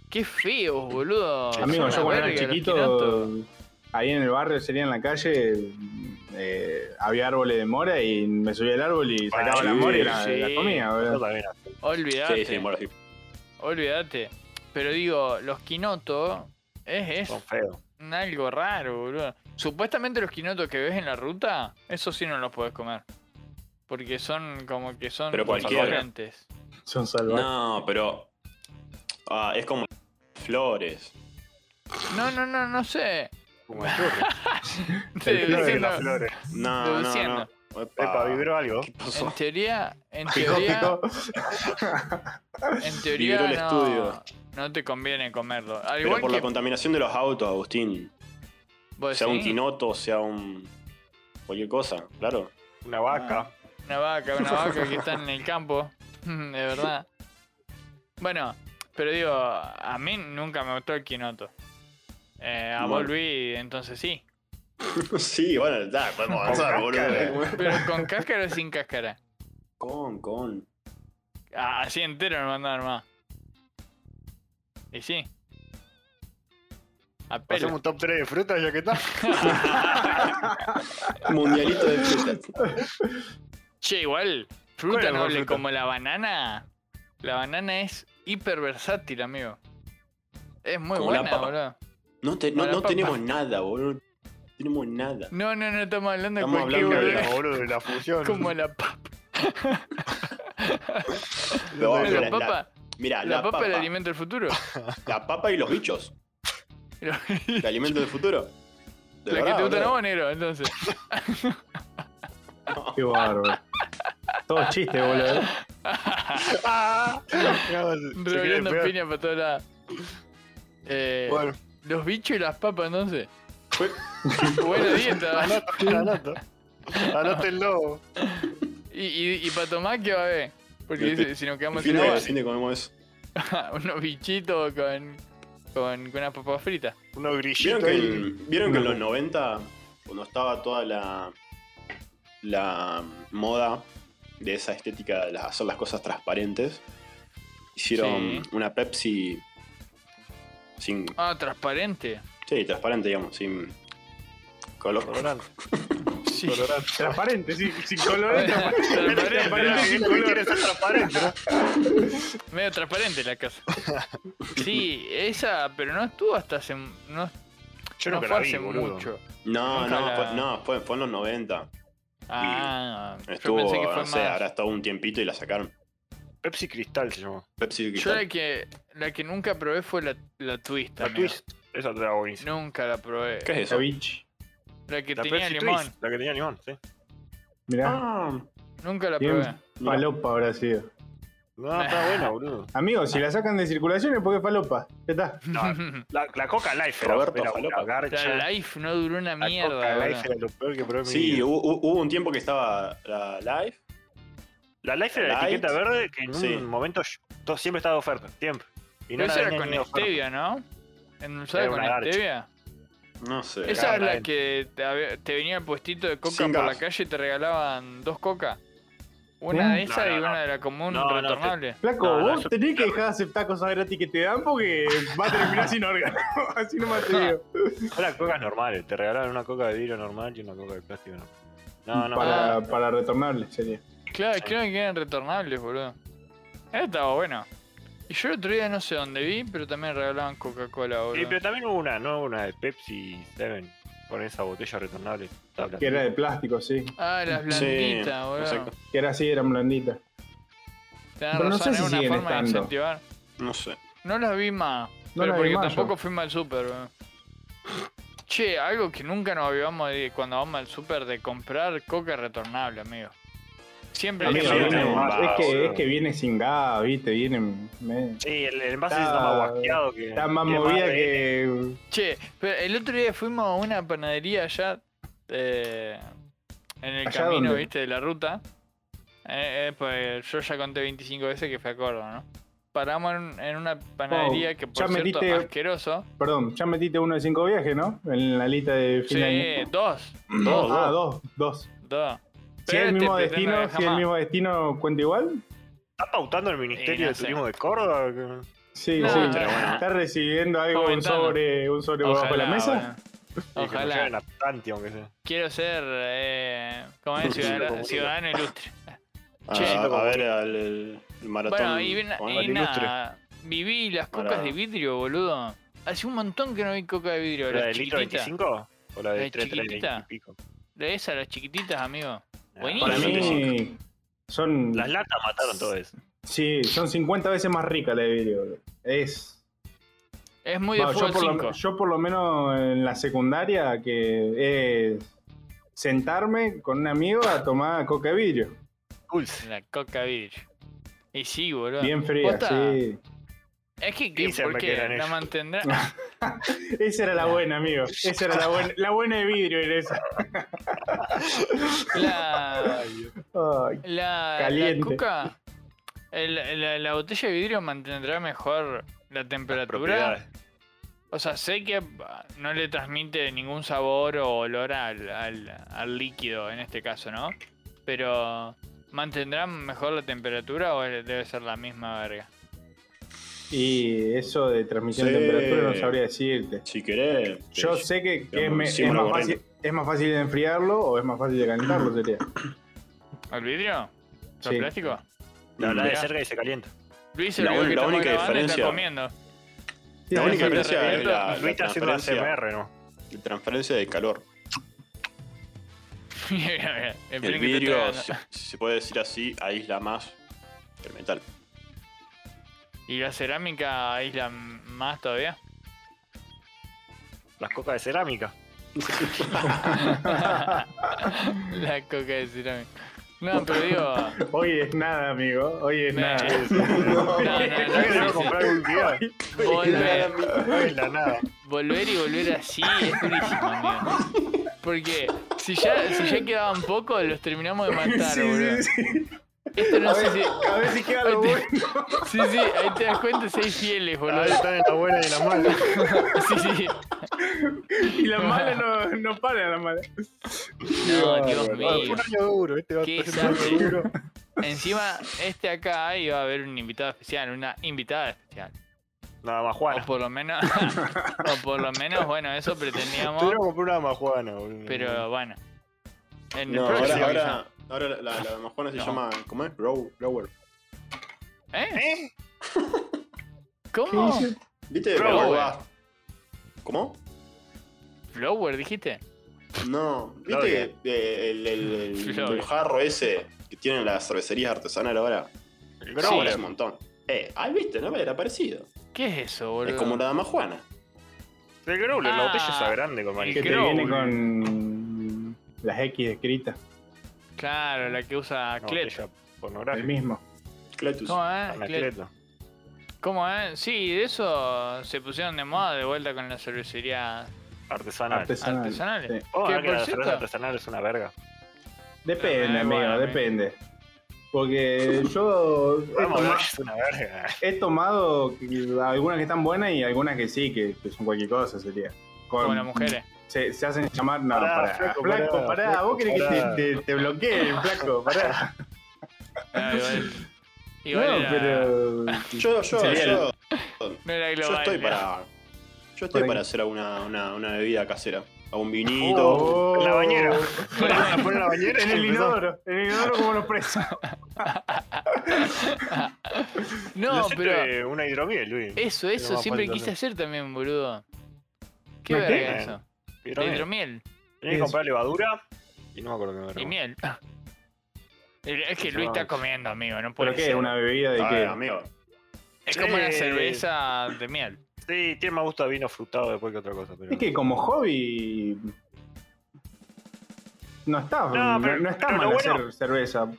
S4: Qué feos, boludo.
S2: Amigo,
S4: Son
S2: yo
S4: una
S2: cuando era
S4: verga los quirotos.
S2: chiquito, ahí en el barrio, sería en la calle, eh, había árboles de mora y me subía al árbol y
S3: Ah,
S2: sacaba la
S1: sí,
S2: mora y la,
S4: sí.
S2: la comía,
S3: Yo
S2: boludo.
S3: también. hacía.
S4: Olvídate.
S1: Sí, sí, bueno, sí.
S4: Olvídate. Pero digo, los quinotos es,
S2: Oh.
S3: Son
S4: es
S3: feos.
S4: algo raro, boludo. Supuestamente los quinotos que ves en la ruta, eso sí no los podés comer. Porque son como que son
S1: Pero cualquiera.
S4: corrientes.
S2: Son salvajes.
S1: No, pero. ah, es como flores.
S4: No, no, no, no sé.
S3: Como el churro.
S4: Te
S2: El flor de
S4: diciendo-
S3: las flores.
S1: No, no, no.
S4: Deduciendo.
S1: Epa,
S3: Epa, vibró algo.
S1: ¿Qué pasó?
S4: en teoría, en
S2: Picó,
S4: teoría,
S2: picó.
S4: en teoría
S1: Vibró el
S4: no,
S1: estudio.
S4: no te conviene comerlo. Al
S1: Pero
S4: igual
S1: por
S4: que
S1: la
S4: Pues
S1: contaminación de los autos, Agustín.
S4: vos
S1: Sea un
S4: decís,
S1: quinoto, sea un. cualquier cosa, claro.
S3: Una
S4: Ah.
S3: vaca.
S4: Una vaca, una vaca que está en el campo. De verdad. Bueno, pero digo, a mí nunca me gustó el quinoto. Eh, a vos,
S1: Bueno.
S4: Luis, entonces sí.
S1: sí, bueno, ya, podemos avanzar, boludo.
S4: Pero con cáscara o sin cáscara.
S1: Con, con.
S4: Ah, así entero me mandaron más. Y sí. A
S3: Hacemos
S4: pelo.
S3: un top 3 de frutas ya que está.
S1: Mundialito de frutas.
S4: Che, igual,
S3: ¿Cuál
S4: fruta
S3: es la
S4: noble
S3: fruta?
S4: como la banana. La banana es hiper versátil, amigo. Es muy
S1: Como la
S4: buena,
S1: papa.
S4: boludo.
S1: No, te- no-
S4: Para
S1: no
S4: papá.
S1: tenemos nada, boludo. No tenemos nada.
S4: No, no, no estamos hablando
S1: Estamos
S4: de cualquier
S1: hablando de
S4: boludez.
S3: Mira, boludo, la fusión.
S4: Como la papa.
S1: No,
S3: Como
S1: pero
S4: la papa,
S1: Mirá,
S4: la,
S1: la,
S4: papa,
S1: papa,
S4: el alimento del futuro.
S1: la papa y los bichos.
S4: la
S1: El alimento del futuro. De
S4: que
S1: verdad,
S4: te gusta
S1: boludo.
S4: no vos, negro, entonces.
S2: Qué bárbaro. Todo chiste, boludo.
S3: ¡Ah! No, se- se
S4: Revolviendo
S3: quiere pegar.
S4: piña para todos lados. Eh,
S3: Bueno,
S4: Los bichos y las papas, entonces.
S1: Fue-
S4: Buena dieta.
S3: anota, anota. Anota el lobo.
S4: y, y, y para tomar, ¿qué va a haber? Porque
S1: Este-
S4: si- si nos quedamos
S1: fin
S4: sin
S1: de-
S4: agua,
S1: fin de comemos eso.
S4: unos bichitos con, con, con unas papas fritas.
S3: Unos
S1: ¿Vieron
S3: grillitos.
S1: que,
S3: ahí.
S1: el- ¿vieron que en los 90, cuando estaba toda la, la moda de esa estética de las- hacer las cosas transparentes, hicieron
S4: Sí.
S1: una Pepsi sin.
S4: Ah, transparente.
S1: Sí, transparente, digamos, sin color.
S3: Colorante,
S4: Sí.
S3: colorante.
S2: Transparente, sí, sin colores.
S4: transparente.
S3: Transparente, ¿no? Quiere ser transparente, ¿no?
S4: Medio transparente la casa. Sí, esa, pero no estuvo hasta hace. No,
S3: Yo
S4: no
S3: nunca
S4: fue
S3: la vi,
S4: hace
S3: boludo.
S4: mucho.
S1: No,
S4: Nunca
S1: no,
S4: la-
S1: fue, no fue, fue en los 90.
S4: Ah, yo
S1: Estuvo,
S4: pensé que fue
S1: no
S4: más.
S1: sé, habrá estado un tiempito y la sacaron.
S3: Pepsi Cristal se llamó.
S1: Pepsi
S4: Yo
S1: Cristal.
S4: la que, la que nunca probé fue la, la Twist.
S3: La
S4: amigo.
S3: Twist. Esa era buenísima.
S4: Nunca la probé.
S1: ¿Qué es
S2: La
S1: eso?
S2: bitch.
S4: La que
S3: La
S4: tenía
S3: Pepsi
S4: limón.
S3: Twist. La que tenía limón, sí.
S2: Mirá,
S1: Ah,
S4: Nunca la
S2: Bien.
S4: probé.
S1: mirá.
S2: falopa habrá sido.
S3: No, está buena, boludo.
S2: Amigos, si la sacan de circulación es porque es falopa. Ya está.
S3: No, la, la Coca Life era,
S1: Roberto
S3: era una
S1: Falopa.
S3: garcha.
S4: La Life no duró una
S3: La
S4: mierda.
S3: Coca
S4: boludo.
S3: Life era lo peor que probé en mi
S1: Sí,
S3: vida.
S1: hubo, hubo un tiempo que estaba la live.
S3: La Life era la
S1: Light.
S3: etiqueta verde que en
S1: Sí.
S3: un momento yo- todo- siempre estaba de oferta, siempre. Y
S4: Pero
S3: la
S4: esa era
S3: vendían
S4: con
S3: ni de oferta.
S4: Stevia, ¿no? ¿Endulzada
S3: Era
S4: con
S3: una garcha.
S4: Stevia?
S1: No sé.
S4: Esa es la
S3: Garra,
S4: que te, hab- te venía el puestito de coca
S1: Sin
S4: por la
S1: gas.
S4: calle y te regalaban dos coca. Una de
S2: ¿Eh?
S4: esa
S3: No, no,
S4: y una
S3: no.
S4: de la común
S3: No, no, te-
S4: retornable.
S2: Flaco,
S3: No, no,
S2: vos
S3: yo-
S2: tenés que dejar de aceptar cosas gratis que te dan porque va a terminar sin órgano. Así nomás te digo.
S3: Ahora cocas normales, te regalaban una coca de vidrio normal y una coca de plástico normal. No, no,
S2: para,
S3: no.
S2: para retornarle sería.
S4: Claro, creo que eran retornables, boludo. Era estaba bueno. Y yo el otro día no sé dónde vi, pero también regalaban Coca-Cola,
S3: Sí,
S4: boludo.
S3: Eh, pero también hubo una, no una de Pepsi Seven con esa botella retornable. Estaba
S2: Que era
S3: blanca.
S2: de plástico, sí.
S4: Ah, las
S1: Sí,
S4: blanditas, boludo.
S1: exacto.
S2: Que era así, eran blanditas.
S4: Tenés
S2: Pero no
S4: razón,
S2: sé si
S4: era una
S2: siguen
S4: forma de
S2: estando.
S4: incentivar.
S1: No sé.
S4: No las vi más.
S2: No
S4: pero
S2: las vi
S4: porque
S2: más, yo.
S4: tampoco fuimos al super, boludo. Che, algo que nunca nos avivamos de- cuando vamos al super de comprar coca retornable, amigo. Siempre
S2: Amigo,
S1: sí,
S4: siempre-
S2: viene-
S1: tenemos
S2: es,
S3: más,
S2: que,
S3: boludo.
S2: es que viene sin gas, viste, viene. me-
S3: Sí, el, el envase
S2: Está-
S3: está más guasqueado que.
S2: Está más
S3: que eh,
S2: movida
S3: madre.
S2: que.
S4: Che, pero el otro día fuimos a una panadería allá eh, en el
S2: ¿Allá
S4: camino,
S2: dónde?
S4: viste, de la ruta. Eh, eh, pues yo ya conté 25 veces que fue a Córdoba, ¿no? Paramos en, en una panadería que por
S2: Oh, ya
S4: cierto
S2: metiste-
S4: asqueroso.
S2: Perdón, ya metiste uno de cinco viajes, ¿no? En la lista de
S4: Sí,
S2: fin de año.
S4: dos,
S1: Dos,
S2: ah,
S1: dos.
S2: dos, dos.
S4: dos.
S2: Si
S4: Pero
S2: es el
S4: este
S2: mismo
S4: pretendo
S2: destino,
S4: que
S2: si el
S4: jamás.
S2: mismo destino cuenta igual.
S3: ¿Está pautando el Ministerio
S4: Eh, no
S3: de
S4: sé.
S3: Turismo de Córdoba?
S2: Sí,
S4: No,
S2: sí.
S4: no, no.
S2: Está recibiendo algo, un
S4: Comentando.
S2: sobre, un sobre por
S4: Ojalá,
S2: abajo de la mesa.
S4: boludo.
S3: Y Que nos lleven
S4: Ojalá.
S3: a Tanti, aunque sea.
S4: Quiero ser, eh, ¿cómo es? Ciudadano, ciudadano ilustre.
S1: A,
S4: Che.
S1: Ah, a ver al el maratón.
S4: Bueno, y, ven-
S1: con
S4: y
S1: el ilustre.
S4: nada, viví las cocas
S1: Pará.
S4: de vidrio, boludo. Hace un montón que no vi coca de vidrio.
S3: ¿La
S4: Las
S3: del litro
S4: chiquititas.
S3: 25? ¿O la
S4: ¿La
S3: de
S4: de
S3: 330 y
S4: chiquitita?
S3: pico?
S4: De esas, las chiquititas, amigo.
S3: Ah,
S4: Buenísimo.
S2: Para mí son,
S3: Las latas mataron todo eso.
S2: sí, son 50 veces más ricas la de vidrio. boludo. Es.
S4: Es muy de
S2: Bueno,
S4: fútbol
S2: yo, por
S4: 5.
S2: lo, yo por lo menos en la secundaria que es sentarme con un amigo a tomar coca de vidrio.
S3: Dulce.
S4: La coca de vidrio. Y sí, boludo.
S2: Bien fría,
S4: Ah, Posta,
S2: sí.
S4: Es que, que
S3: Quince me
S4: porque
S3: quedan
S4: la
S3: ellos.
S4: mantendrá.
S2: Esa era la
S4: Ah.
S2: buena, amigo. Esa era la buena, la buena de vidrio era esa.
S4: La,
S2: Ay,
S4: la,
S2: Caliente.
S4: la coca. el- la, la botella de vidrio mantendrá mejor la temperatura.
S3: Propiedades.
S4: O sea, sé que ah, no le transmite ningún sabor o olor al, al- al líquido en este caso, ¿no? Pero. ¿Mantendrá mejor la temperatura o debe ser la misma verga?
S2: y eso de transmisión
S1: Sí.
S2: de temperatura no sabría decirte.
S1: Si querés.
S2: Yo
S1: te-
S2: sé que, que es,
S1: Digamos,
S2: me-
S1: sí,
S2: es
S1: una
S2: más
S1: corriente.
S2: fácil, es más fácil de enfriarlo o es más fácil de calentarlo, sería.
S4: ¿El vidrio? ¿El
S2: Sí.
S4: plástico?
S3: La habla de
S4: Mirá. Ah,
S3: cerca y se calienta.
S4: Luis,
S1: La
S4: el video
S1: un- la
S4: que estamos
S1: única
S4: grabando está
S1: diferencia-
S4: comiendo.
S2: Sí,
S1: La única
S2: sí,
S4: diferencia-
S1: diferencia es la,
S3: Luis
S1: la
S3: está haciendo
S1: transferencia,
S3: ACMR, ¿no?
S1: la transferencia de calor.
S4: Mira, mira, en
S1: El
S4: pleno que te
S1: vidrio,
S4: tragan.
S1: si, si se puede decir así, aísla más el metal.
S4: ¿Y la cerámica aísla más todavía?
S3: Las cocas de cerámica.
S4: La coca de cerámica. No, pero digo.
S2: Hoy es nada, amigo. Hoy es
S4: Me-
S2: nada.
S4: Ah. No, no,
S3: Ya que debo
S4: no, sí,
S3: comprar un video.
S4: sí. Volver,
S3: Ay, la nada.
S4: volver y volver así es durísimo, amigo. Porque si ya, si ya quedaban pocos, los terminamos de matar,
S2: Sí,
S4: boludo.
S2: sí, sí.
S4: Esto no
S2: A
S4: sé
S2: ver,
S4: si.
S2: a ver si queda lo
S4: Ahí
S2: bueno.
S4: te- Sí, sí, ahí te das cuenta si hay fieles, boludo.
S3: Ahora están en la buena y en la mala. Ah,
S4: Sí, sí, sí.
S2: Y la mala no, no para la mala.
S4: No, Dios
S2: Bueno,
S3: Fue
S4: mío.
S3: un año duro. Este va a
S4: Qué
S3: ser un año
S4: sangre.
S3: duro.
S4: Encima, este acá iba a haber un invitado especial, una invitada especial.
S3: Una
S4: O
S3: majuana.
S4: por lo menos, o por lo menos, bueno, eso pretendíamos,
S3: Tendríamos que comprar una majuana, boludo.
S4: pero bueno. En
S1: No,
S4: el
S1: ahora,
S4: próximo
S1: ahora, ahora la, la, la majona se
S4: No.
S1: llama. ¿Cómo es? Grow- Grower.
S4: quizá. ¿Eh?
S3: ¿Eh?
S4: ¿Cómo?
S1: ¿Viste?
S4: Grower.
S1: Pero vos vas- ¿Cómo?
S4: Flower, dijiste.
S1: No, ¿viste
S3: Gloria.
S1: eh, el, el, el-
S4: Gloria.
S1: el jarro ese que tienen las cervecerías artesanales ahora?
S3: El
S1: Grower
S3: Growler.
S1: es un montón. Eh, ahí viste, no era parecido.
S4: ¿Qué es eso,
S1: Es
S4: boludo?
S1: como la dama Juana.
S3: El Growler, la
S4: Ah.
S3: botella esa grande con
S2: Que
S3: manija.
S2: te
S4: creo,
S2: viene
S4: boludo.
S2: con las X escritas.
S4: Claro, la que usa
S3: Una
S4: Clet.
S3: botella
S2: El
S3: pornográfica.
S2: mismo.
S1: Cletus.
S4: ¿Cómo
S3: Con
S4: es?
S3: la
S4: Clet.
S3: Cleto.
S4: ¿Cómo es? Sí, de eso se pusieron de moda de vuelta con la cervecería.
S3: Artesanal.
S2: Artesanal.
S4: Ah, Artesanales.
S2: Sí.
S3: Vamos a
S4: Que,
S3: ver que
S4: por
S3: la cerveza
S4: cierto-
S3: artesanal es una verga.
S2: Depende,
S4: Ah,
S2: amigo,
S4: bueno,
S2: depende. Porque yo he,
S3: Vamos a
S2: toma-
S3: ver, es una verga.
S2: he tomado algunas que están buenas y algunas que sí, que, que son cualquier cosa, sería. Con-
S4: Como las mujeres.
S2: Se, se hacen llamar. No,
S3: Pará,
S2: pará.
S3: flaco,
S2: Flaco,
S3: pará,
S2: pará.
S3: flaco,
S2: vos querés
S3: pará.
S2: que te, te, te bloqueen, flaco, pará.
S4: Ah, igual.
S2: No,
S4: Igual era-
S2: pero.
S1: Yo, yo,
S2: Sería el-
S1: yo,
S4: no era
S1: yo
S4: global.
S1: estoy
S4: ¿no?
S1: para. Yo estoy
S2: Por
S1: para
S2: ahí.
S1: hacer una, una, una bebida casera. A un vinito.
S2: Oh.
S3: En la bañera.
S4: Con la-
S3: La pone en la bañera y
S2: En el
S3: empezó.
S2: inodoro. En el inodoro como los presos.
S3: Le
S4: No,
S3: hiciste
S4: pero. Eh,
S3: Una hidromiel, Luis.
S4: Eso,
S3: Pero
S4: eso
S3: más
S4: siempre
S3: falta
S4: quise
S3: hacer.
S4: hacer también, boludo. Qué
S2: ¿Una qué?
S4: verga eso. La
S3: Hidromiel.
S4: hidromiel
S3: Tenés que
S2: Es-
S3: comprar levadura y no me acuerdo qué me
S4: y
S3: acuerdo.
S4: miel. Es que
S3: Se
S4: Luis
S3: llama-
S4: está comiendo, amigo, no puede
S2: ¿Pero qué?
S4: ser.
S2: ¿Una bebida de
S1: A
S2: qué?
S1: ver, amigo.
S4: Es como una
S3: Sí.
S4: cerveza de miel.
S3: Sí, tiene más gusto a vino frutado después que otra cosa. Pero...
S2: Es que como hobby. No está,
S3: No,
S2: no,
S3: pero-
S2: no está
S3: pero
S2: mal
S3: lo
S2: hacer
S3: bueno-
S2: cerveza.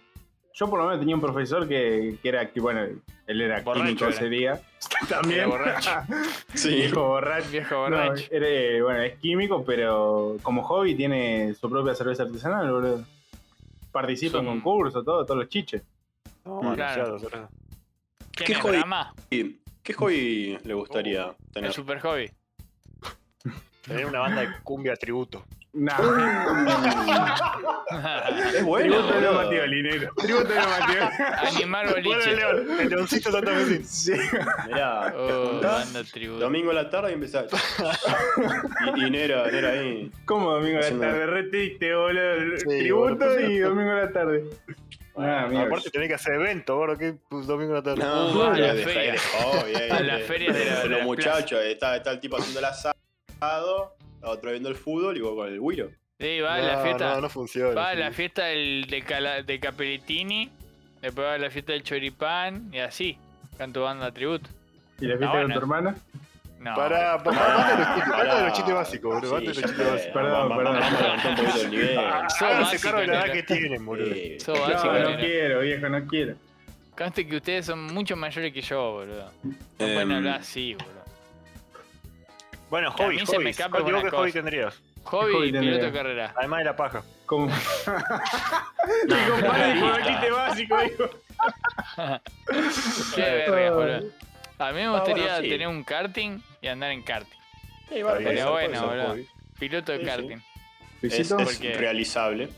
S2: Yo por lo menos tenía un profesor que, que era, que, bueno, él era
S4: Borracho
S2: químico
S4: era.
S2: ese día. También.
S4: Era borracho.
S1: Sí.
S2: Hijo borracho.
S4: Viejo
S2: No, eh,
S4: borracho.
S2: era- bueno, es químico, pero como hobby tiene su propia cerveza artesanal, boludo. Participa en
S4: Son-
S2: concursos, todo, todos los chiches.
S3: No,
S1: Claro.
S3: demasiado, cerveza.
S4: ¿Quién
S1: ¿Qué
S4: es
S1: hobby?
S4: Brahma?
S1: ¿Y ¿Qué hobby le gustaría
S4: El
S1: tener?
S4: super hobby.
S3: Tener una banda de cumbia tributo.
S1: Es bueno.
S2: Tributo de
S1: boludo.
S2: los Matioli, negro. Tributo de los Matioli.
S4: Animar
S3: Bueno, el
S4: boliche.
S3: león, el leoncito santafesino.
S2: Sí.
S1: Mirá, ¿te
S4: Oh,
S1: juntás?
S4: banda tributo.
S1: Domingo a la tarde y empezás. y, y Nero, Nero ahí.
S2: ¿Cómo domingo a la
S1: Haciendo-
S2: tarde? Re triste, boludo.
S3: Sí,
S2: Tributo
S3: boludo.
S2: y domingo a la tarde. Ah, amigo.
S3: Aparte tenés que hacer evento, gordo, que pues, domingo a la tarde.
S1: No,
S4: Uh, a la
S1: de-
S4: feria.
S1: de hobby, eh,
S4: A la feria de la- de
S1: los
S4: la
S1: muchachos. Está, está el tipo haciendo el asado, la otra viendo el fútbol y vos con el Wiro.
S4: Sí, va a la
S3: No,
S4: fiesta.
S3: No, no funciona.
S4: Va a
S3: sí.
S4: la fiesta del, de, Cala- de Capelletini, después va a la fiesta del Choripán y así. Canto banda tributo.
S2: ¿Y la
S4: Ah,
S2: fiesta con
S4: bueno.
S2: tu hermana?
S4: No.
S3: Pará, pará, basta de los chistes- basta de los chistes básicos, boludo. Basta de los chistes básicos.
S1: Perdón,
S2: Perdón, perdón.
S1: Vamos a levantar un poquito el nivel.
S4: Sos
S3: Háganse
S4: básico,
S3: cargo de la edad
S4: nena.
S3: que tienen, boludo.
S1: Eh,
S4: Sos
S2: No,
S4: básico,
S2: no
S4: nena.
S2: quiero, viejo, no quiero.
S4: Conste que ustedes son mucho mayores que yo, boludo. No pueden
S1: Em,
S4: hablar así, boludo.
S3: Bueno,
S4: Que a
S3: hobby,
S4: mí se me
S3: hobby.
S4: escapa
S3: ¿Cuál digo
S4: alguna
S3: que hobby
S4: cosa.
S3: tendrías?
S4: Hobby y
S2: tendría.
S4: piloto de carrera.
S3: Además de la paja.
S2: Como. Mi compadre con el chiste básico, dijo.
S4: Qué verga, boludo. A mí me gustaría
S1: bueno, sí.
S4: tener un karting y andar en karting.
S1: sí, bueno,
S3: Está bien,
S1: puede
S4: bueno,
S1: ser, puede ser.
S4: boludo. Piloto de
S1: Sí, sí.
S4: karting.
S1: Es,
S2: Luisito,
S1: es
S4: Porque-
S1: realizable.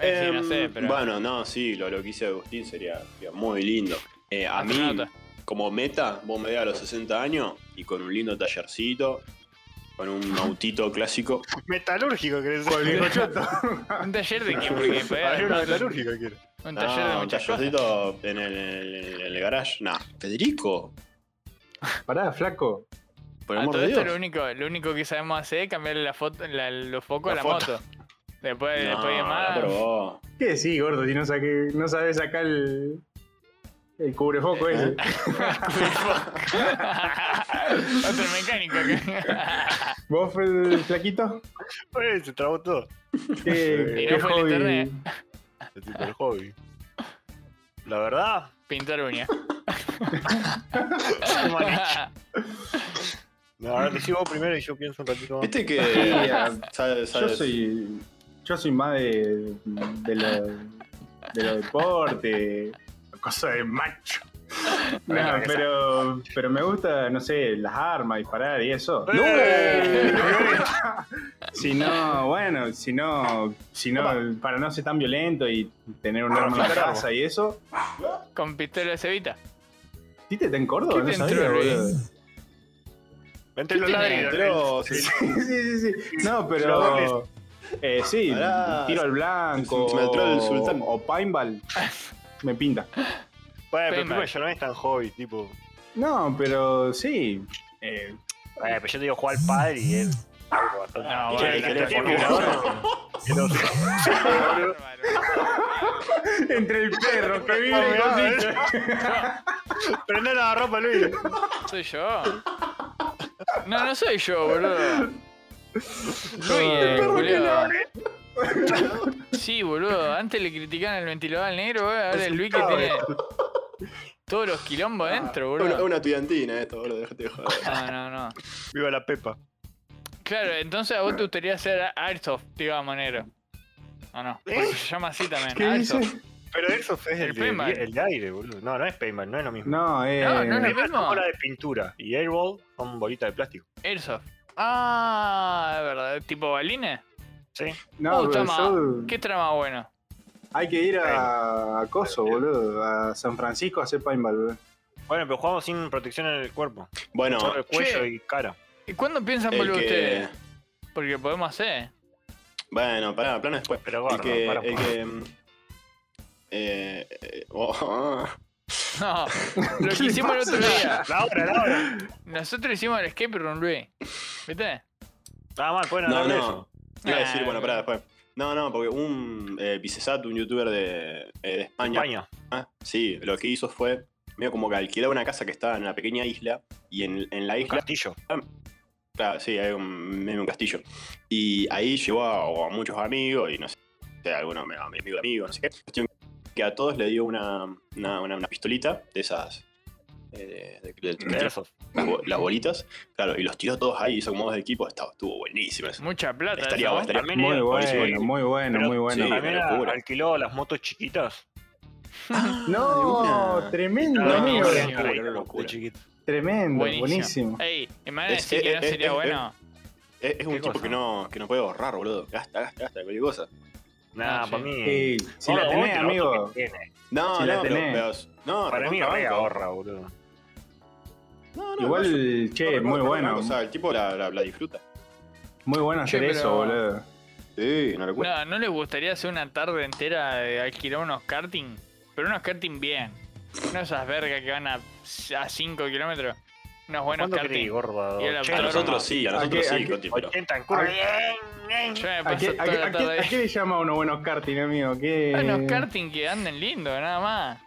S4: Eh, sí, no
S1: Em,
S4: sé, pero.
S1: Bueno, no, sí, lo, lo que hice Agustín sería, sería muy lindo. Eh, a mí,
S4: Astronauta.
S1: como meta, vos me veas a los 60 años y con un lindo tallercito, con un autito clásico.
S3: Metalúrgico, ¿querés
S2: con el
S3: decir?
S2: viejo choto.
S4: Un taller de quién, porque
S3: Abrir una
S4: pegar,
S3: metalúrgica, quiero.
S4: Un taller de
S1: No, Ah, un
S4: muchas cosas.
S1: tallercito en el, en el- en el garage. Nah, Federico,
S2: Pará, flaco.
S1: por
S4: A
S1: amor
S4: Ah, todo
S1: de
S4: esto
S1: Dios.
S4: lo único, lo único que sabemos hacer es cambiarle la foto, la- los focos a
S3: La
S4: la
S3: foto.
S4: moto. Después,
S1: No,
S4: después de
S1: no,
S4: más.
S1: pero vos.
S2: ¿Qué decís, gordo? Si no, saqué, no sabés sacar el. El cubrefoco
S4: ¿Eh?
S2: ese.
S4: Otro mecánico acá.
S2: ¿Vos, el flaquito?
S3: Uy, se trabó todo.
S2: ¿Qué,
S4: Y
S2: qué
S4: no fue el internet.
S3: Es tipo el hobby. La verdad,
S4: Pintar uñas.
S3: no, ahora decís vos primero y yo pienso un ratito más.
S1: Viste que. sabes-
S2: Yo
S1: sabes-
S2: soy. Yo soy más de. de los. de los deportes. Cosa de macho. No, pero, pero me gusta, no sé, las armas, disparar y eso.
S3: ¡Eh!
S2: Si no, bueno, si no, si no, para no ser tan violento y tener un arma en la
S3: claro.
S2: casa y eso.
S4: Con pistola de cebita.
S2: ¿Tite está en Córdoba?
S4: ¿Qué
S2: No
S4: te
S2: sabía,
S4: entró,
S2: boludo.
S3: Entre los
S4: ¿Qué tiene?
S3: ladrillos.
S1: Entró, sí.
S2: Sí, sí, sí. No,
S3: Flores.
S2: pero. Eh, sí,
S1: Pará.
S2: tiro al blanco.
S1: Se me entró el sultán.
S2: O paintball. Me pinta.
S3: Bueno, pero
S4: Paintball.
S3: primero ya no es tan hobby, tipo.
S2: No, pero sí. Eh,
S3: Eh, pero yo te digo jugar al padre y él. Ah, algo bastante-
S4: No,
S3: Che,
S4: bueno,
S3: ¿querés
S4: la
S3: poner
S1: gente-
S3: ahora? Que no sé.
S2: entre el perro que
S3: No,
S2: vive y
S3: Ah, mirá,
S2: cosita.
S3: Prende la ropa, Luis.
S4: Soy yo. No, no soy yo, boludo. Soy
S2: El perro que
S4: boludo.
S1: eh.
S4: Sí, boludo. Antes le criticaban el ventilador al negro, boludo. Ahora el Luis que tiene todos los quilombos dentro,
S1: Una,
S4: boludo.
S1: una estudiantina esto, boludo, dejate de joder.
S4: No, no, no.
S3: Viva la Pepa.
S4: Claro, entonces a vos te gustaría hacer Airsoft, digamos, negro. ¿O no? Porque
S3: ¿Eh?
S4: se llama así también.
S2: ¿Qué dice?
S4: Airsoft.
S3: Pero eso es el,
S4: El
S3: de-
S4: paintball.
S3: el de aire, boludo. No, no es paintball, no es lo mismo.
S2: No, eh.
S4: No, no, no.
S3: Paintball
S4: mismo?
S3: son bolas de pintura y airball son bolitas de plástico.
S4: Airsoft. Ah, es verdad. ¿Tipo balines?
S3: ¿Sí?
S2: no,
S4: Uh,
S2: pero
S4: está
S2: yo-
S4: ma- ¿Qué trama bueno?
S2: Hay que ir a, a Coso, boludo. A San Francisco a hacer paintball, boludo.
S3: Bueno, pero jugamos sin protección en el cuerpo.
S1: Bueno,
S3: Solo el cuello
S4: che.
S3: y cara.
S4: ¿Y cuándo piensan
S1: el
S4: volver
S1: que.
S4: ustedes? Porque podemos hacer.
S1: Bueno, pará, plano después.
S3: Pero
S1: El
S3: gordo,
S1: que.
S3: para
S1: El que mm, eh, eh, oh,
S4: No, lo
S2: ¿Qué
S4: que
S2: le
S4: hicimos el
S2: pasa?
S4: otro día.
S3: La hora, la hora.
S4: Nosotros hicimos el escape room, Luis. ¿Viste?
S3: Nada mal, pueden
S1: No,
S3: hablar de
S1: no.
S3: eso.
S1: Iba a decir,
S4: Ah,
S1: bueno, pará, después. No, no, porque un eh, Picesat, un youtuber de, eh, de España,
S3: España.
S1: ah, sí, lo que hizo fue medio como que alquilaba una casa que estaba en una pequeña isla y en, en la
S3: Un
S1: isla,
S3: castillo.
S1: claro, sí, hay un, medio un castillo. Y ahí llevó a, a muchos amigos y no sé, algunos me- a mi amigo de amigo, no sé qué. Cuestión que a todos le dio una, una, una- una pistolita de esas. eh, de- de- de-
S3: De esos.
S1: las, bo- las bolitas, claro, y los tiró todos ahí, hizo como dos de equipo, estaba, estuvo buenísimo. eso.
S4: Mucha plata.
S1: Estaría bueno,
S4: eso, ¿no?
S1: estaría
S3: También
S2: Muy
S3: era-
S2: bueno,
S1: buenísimo.
S2: muy bueno,
S3: Pero-
S2: muy bueno.
S1: sí.
S3: También
S1: una locura.
S3: alquiló las motos chiquitas.
S2: No, tremendo,
S4: No,
S2: amigo.
S4: buenísimo.
S3: Ahí,
S1: Locura,
S3: las motos
S1: locura.
S3: chiquitas.
S2: Tremendo, buenísimo.
S4: Ey, ¿me van a
S1: Es-
S4: decir que
S1: es-
S4: no
S1: es-
S4: sería
S1: es-
S4: bueno
S1: Es, es un
S3: ¿Qué
S1: tipo
S3: cosa?
S1: que no, que no puede ahorrar, boludo. Gasta, gasta, gasta, cualquier cosa.
S3: Nah,
S4: Ah,
S3: para
S4: sí.
S3: mí.
S2: Sí, si la
S3: Ahorra,
S2: tenés,
S3: boludo,
S2: amigo.
S3: que tiene.
S1: No,
S2: Si la
S1: no, pero,
S2: tenés.
S1: pero- no,
S3: Para mí,
S1: recontra
S3: re
S1: banco.
S3: ahorra, boludo.
S1: No, no, no, yo-
S2: Igual,
S1: no,
S2: che,
S1: recontra
S2: muy
S1: banco,
S2: bueno.
S1: O sea, el tipo la, la- la disfruta.
S2: Muy bueno
S4: Che,
S2: hacer
S4: pero-
S2: eso, boludo.
S1: Sí, no lo cuento.
S4: No, ¿no les gustaría hacer una tarde entera de alquilar unos karting? Pero unos karting bien. No esas vergas que van a, a 5 kilómetros. Unos buenos
S3: ¿Cuánto
S4: karting.
S3: querés, gordo?
S4: Y a la-
S1: A
S3: 80,
S1: nosotros sí, a nosotros
S2: Aquí-
S1: sí,
S2: aquí-
S1: Coti, pero-
S3: 80 en curva.
S2: ¿A-
S3: Bien,
S4: Yo
S3: bien.
S4: me
S2: ¿A
S4: paso
S2: qué, a
S4: toda
S2: qué-
S4: la
S2: a qué-
S4: tarde.
S2: a qué le llama uno buenos karting, amigo? ¿Qué...
S4: Unos Ah, karting que anden lindo, nada más.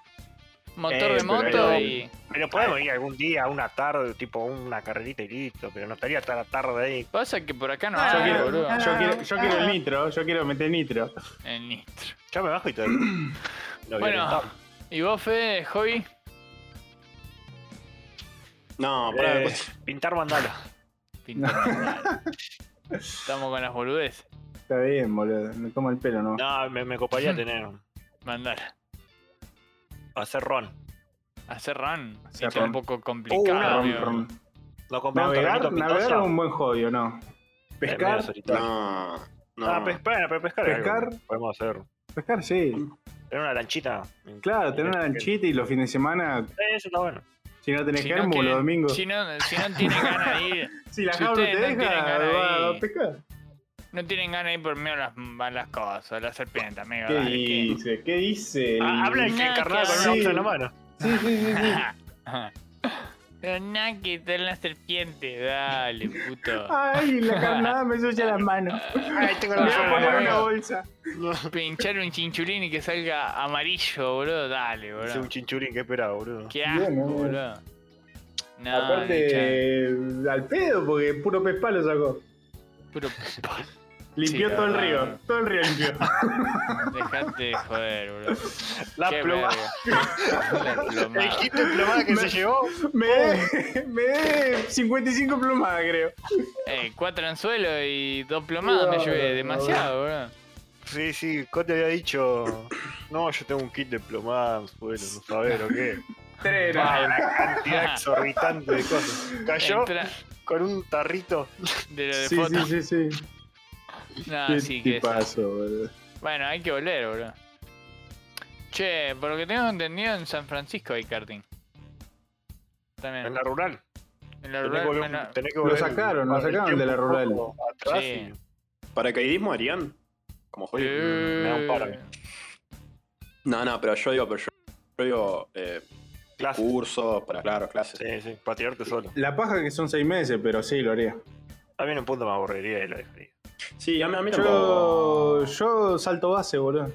S4: Motor
S2: Eh,
S4: de
S2: pero
S4: moto
S2: ahí-
S4: y.
S3: Pero podemos ir algún día, una tarde, tipo una carrerita y listo. Pero no estaría hasta la tarde ahí.
S4: Pasa que por acá Ah, no
S2: Yo
S4: hay,
S2: quiero,
S4: boludo.
S2: yo quiero- yo quiero el nitro, yo quiero meter nitro.
S4: El nitro.
S3: Yo me bajo y todo. Lo
S4: Bueno,
S3: violentamos.
S4: ¿y vos, Fede, hobby?
S1: No, pará,
S3: Eh,
S1: Coti.
S3: pintar mandala.
S4: Pintar mandala. Estamos con las boludeces.
S2: Está bien, boludo. Me toma el pelo, ¿no?
S3: No, me, me coparía tener.
S4: Mandala.
S3: Hacer ron.
S4: Hacer run.
S2: Hacer
S4: Viste, un
S2: run. Oh,
S4: poco
S3: Uh, una
S4: complicado.
S2: Rom,
S4: amigo.
S2: rom.
S3: Lo compramos
S2: Navegar,
S3: tornito
S2: navegar
S3: pitoso.
S2: es un buen hobby, ¿o no?
S3: Eh, medio
S2: Pescar,
S3: solitario.
S1: No, no.
S3: Ah, pes- bueno, pero pescar. es algo
S2: Pescar.
S3: que Podemos hacer.
S2: pescar sí.
S4: Mm.
S3: Tener una lanchita.
S2: Claro, tener una lanchita y los fines de semana,
S3: Eh, Eso está bueno.
S2: si no tenés
S4: Si no
S2: germo,
S4: quieren-
S2: los domingos.
S4: Si no, si no tienen ganas de ir,
S2: Si la
S4: si
S2: jaula te
S4: ustedes no
S2: deja,
S4: tienen ganas de
S2: va
S4: ir.
S2: a pescar.
S4: no tienen ganas de ir por miedo a las, a las cosas, a las serpientes, amigo.
S2: ¿Qué
S4: dale, que-
S2: dice? ¿Qué dice?
S3: Ah, habla el que
S4: Nada
S3: encarnado
S4: que
S3: con una
S2: hacer.
S3: hoja en la mano.
S2: Sí, sí, sí. sí.
S4: Pero nada que está en la serpiente, dale, puto.
S2: Ay, la carnada me sucia las manos.
S3: Ay, tengo
S2: Le voy
S4: Ah,
S2: a poner una
S4: amigo.
S2: bolsa.
S4: Pinchar un chinchulín y que salga amarillo, boludo, dale,
S3: Hice
S4: boludo.
S3: un chinchurín, qué esperaba, boludo.
S4: Qué asco,
S2: Bien, amigo.
S4: boludo. No, Nacho,
S2: Aparte, al pedo, porque puro pez palo sacó.
S4: puro
S2: Limpió
S4: Sí,
S2: todo el
S4: ah.
S2: río. Todo el río limpió.
S4: dejate de joder, boludo.
S3: La
S4: Qué
S3: pluma.
S4: verga. La plomada.
S3: El hit de plomada que se llevó.
S2: Me dé me dé 55 plumadas, creo.
S4: Eh, cuatro anzuelos y dos plomadas me
S2: No,
S4: llevé, demasiado, boludo.
S3: Sí, sí, Cote había dicho. No, yo tengo un kit de plomada, bueno, no saber o qué.
S2: Tres.
S4: Ah,
S3: Una cantidad exorbitante de cosas. Cayó
S4: Entra-
S3: con un tarrito.
S4: de lo de
S2: Sí,
S4: foto.
S2: sí, sí, sí.
S4: No,
S2: Qué
S4: sí que eso.
S2: tipazo, boludo.
S4: Bueno, hay que volver, boludo. Che, por lo que tengo entendido, en San Francisco hay karting. También.
S3: En la rural.
S4: En la
S3: Tenés que
S4: rural,
S3: volver-
S4: bueno,
S3: tenés que volver
S2: sacaron, lo
S3: el
S2: sacaron de la
S3: tiempo
S2: rural.
S3: un poco Atrás
S4: Sí.
S3: y-
S1: ¿Paracaidismo harían? Como hobby.
S4: eh,
S3: me da un paro.
S1: No, no, pero yo digo, pero yo, yo digo eh,
S3: Clase.
S1: cursos para, claro, clases.
S3: Ah, Uh, Sí, sí, para tirarte solo.
S2: La paja que son seis meses, pero sí lo haría.
S3: A mí en un punto me aburriría y lo dejaría.
S1: Sí, a mí, a mí
S2: Yo, yo salto base, boludo.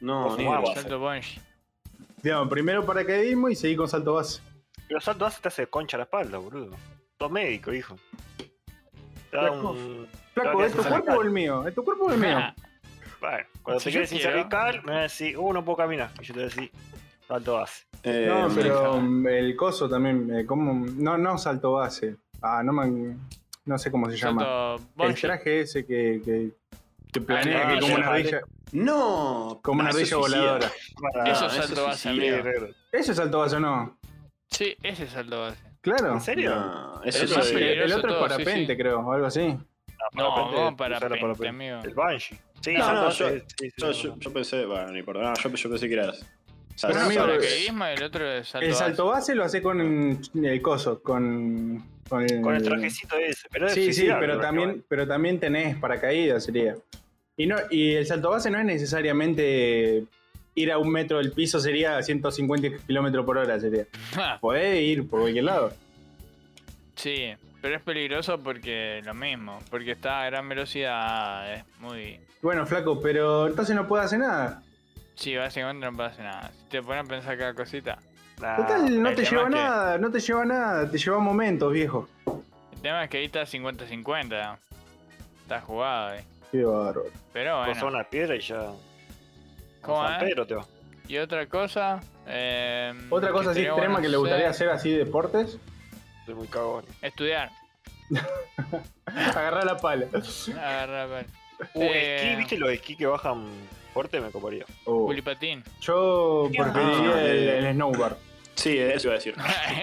S1: No,
S3: Vos
S1: ni
S3: fumabas.
S1: idea.
S4: salto bungee.
S2: Digamos, primero paracaidismo y seguí con salto base.
S3: Pero salto hace te hace concha la espalda, boludo. Sos médico, hijo. Te da
S2: Flaco.
S3: un. te
S2: Flaco,
S3: da
S2: ¿es tu
S3: una
S2: cuerpo o el mío? ¿Es tu cuerpo o el mío?
S4: Ah,
S3: Bueno, cuando
S4: Si
S3: te
S4: yo
S3: quedes sin
S4: quiero.
S3: cervical, me vas a decir, uh, no puedo caminar. Y yo te voy a decir, salto hace.
S1: Eh,
S2: No, pero
S4: manejaba.
S2: mm, el coso también, eh, como no, no salto base. Ah, no me, no sé cómo se llama.
S4: Salto
S2: El
S4: bungee.
S2: traje ese que, que, que
S4: Ah,
S2: planea que
S4: no,
S2: como
S4: yo
S2: una
S3: paré.
S2: ardilla,
S1: No,
S2: como una
S1: eso es
S2: ardilla
S1: suicida.
S2: voladora.
S3: Para- eh,
S4: Eso
S1: Ah,
S4: es
S1: eso
S4: salto base,
S1: sí,
S3: Sí,
S4: amigo.
S3: negro.
S2: Eso es salto base o no?
S4: Sí, ese es salto base.
S2: Claro.
S3: ¿En serio?
S1: No, eso
S4: Pero
S1: es
S4: más
S2: el,
S1: de-
S4: peligroso
S2: el otro es
S4: todo, sí,
S2: parapente,
S4: sí.
S2: creo, o algo así.
S4: No,
S3: parapente,
S4: no,
S3: usalo
S4: parapente,
S3: parapente.
S4: amigo.
S3: El Banshee. Sí,
S1: No,
S3: salto
S1: no,
S3: hace,
S1: yo-
S3: sí, sí,
S1: Yo,
S3: sí,
S1: yo- yo pensé, bueno, no importa. No, yo, yo pensé que eras. O sea,
S2: Pero
S4: Uno es
S2: amigo,
S4: paracaidismo y el otro es salto
S2: el
S4: base.
S2: salto base lo hace con el coso, con. Con el,
S3: Con el trajecito ese. Pero es
S2: Sí, sí,
S3: suicidable,
S2: pero
S3: boludo.
S2: también, pero también tenés paracaídas, sería. Y, no, y el salto base no es necesariamente ir a un metro del piso, sería 150 kilómetros por hora, sería.
S4: Ah,
S2: Podés ir por cualquier lado.
S4: Sí, pero es peligroso porque lo mismo, porque está a gran velocidad, es muy...
S2: Bueno, flaco, pero entonces no puedes hacer nada.
S4: Sí, básicamente no pasa nada. Si te pones a pensar cada cosita.
S3: Nah,
S2: Total, no
S4: Ah, el
S2: te
S4: tema
S2: lleva
S4: es que-
S2: nada, no te lleva nada, te lleva momentos, viejo.
S4: El tema es que ahí está 50-50. Está jugado ahí.
S2: Qué bárbaro.
S4: Pero
S3: Vos sos
S4: bueno.
S3: una piedra y ya.
S4: ¿Cómo eh?
S3: San
S4: es?
S3: Pedro te va.
S4: Y otra cosa... eh,
S2: Otra
S4: que
S2: cosa así
S4: estaría
S2: extrema
S4: bueno
S2: que le gustaría hacer así de deportes,
S3: Soy muy cagón.
S4: Eh, Estudiar.
S2: agarrar la pala.
S4: Agarrar vale.
S3: Uh,
S4: Eh,
S3: esquí, ¿viste los esquí que bajan fuerte? Me coparía.
S2: Oh.
S4: Culipatín.
S2: Yo preferiría
S1: Ah,
S2: el, el snowboard.
S1: Sí, eso iba a decir.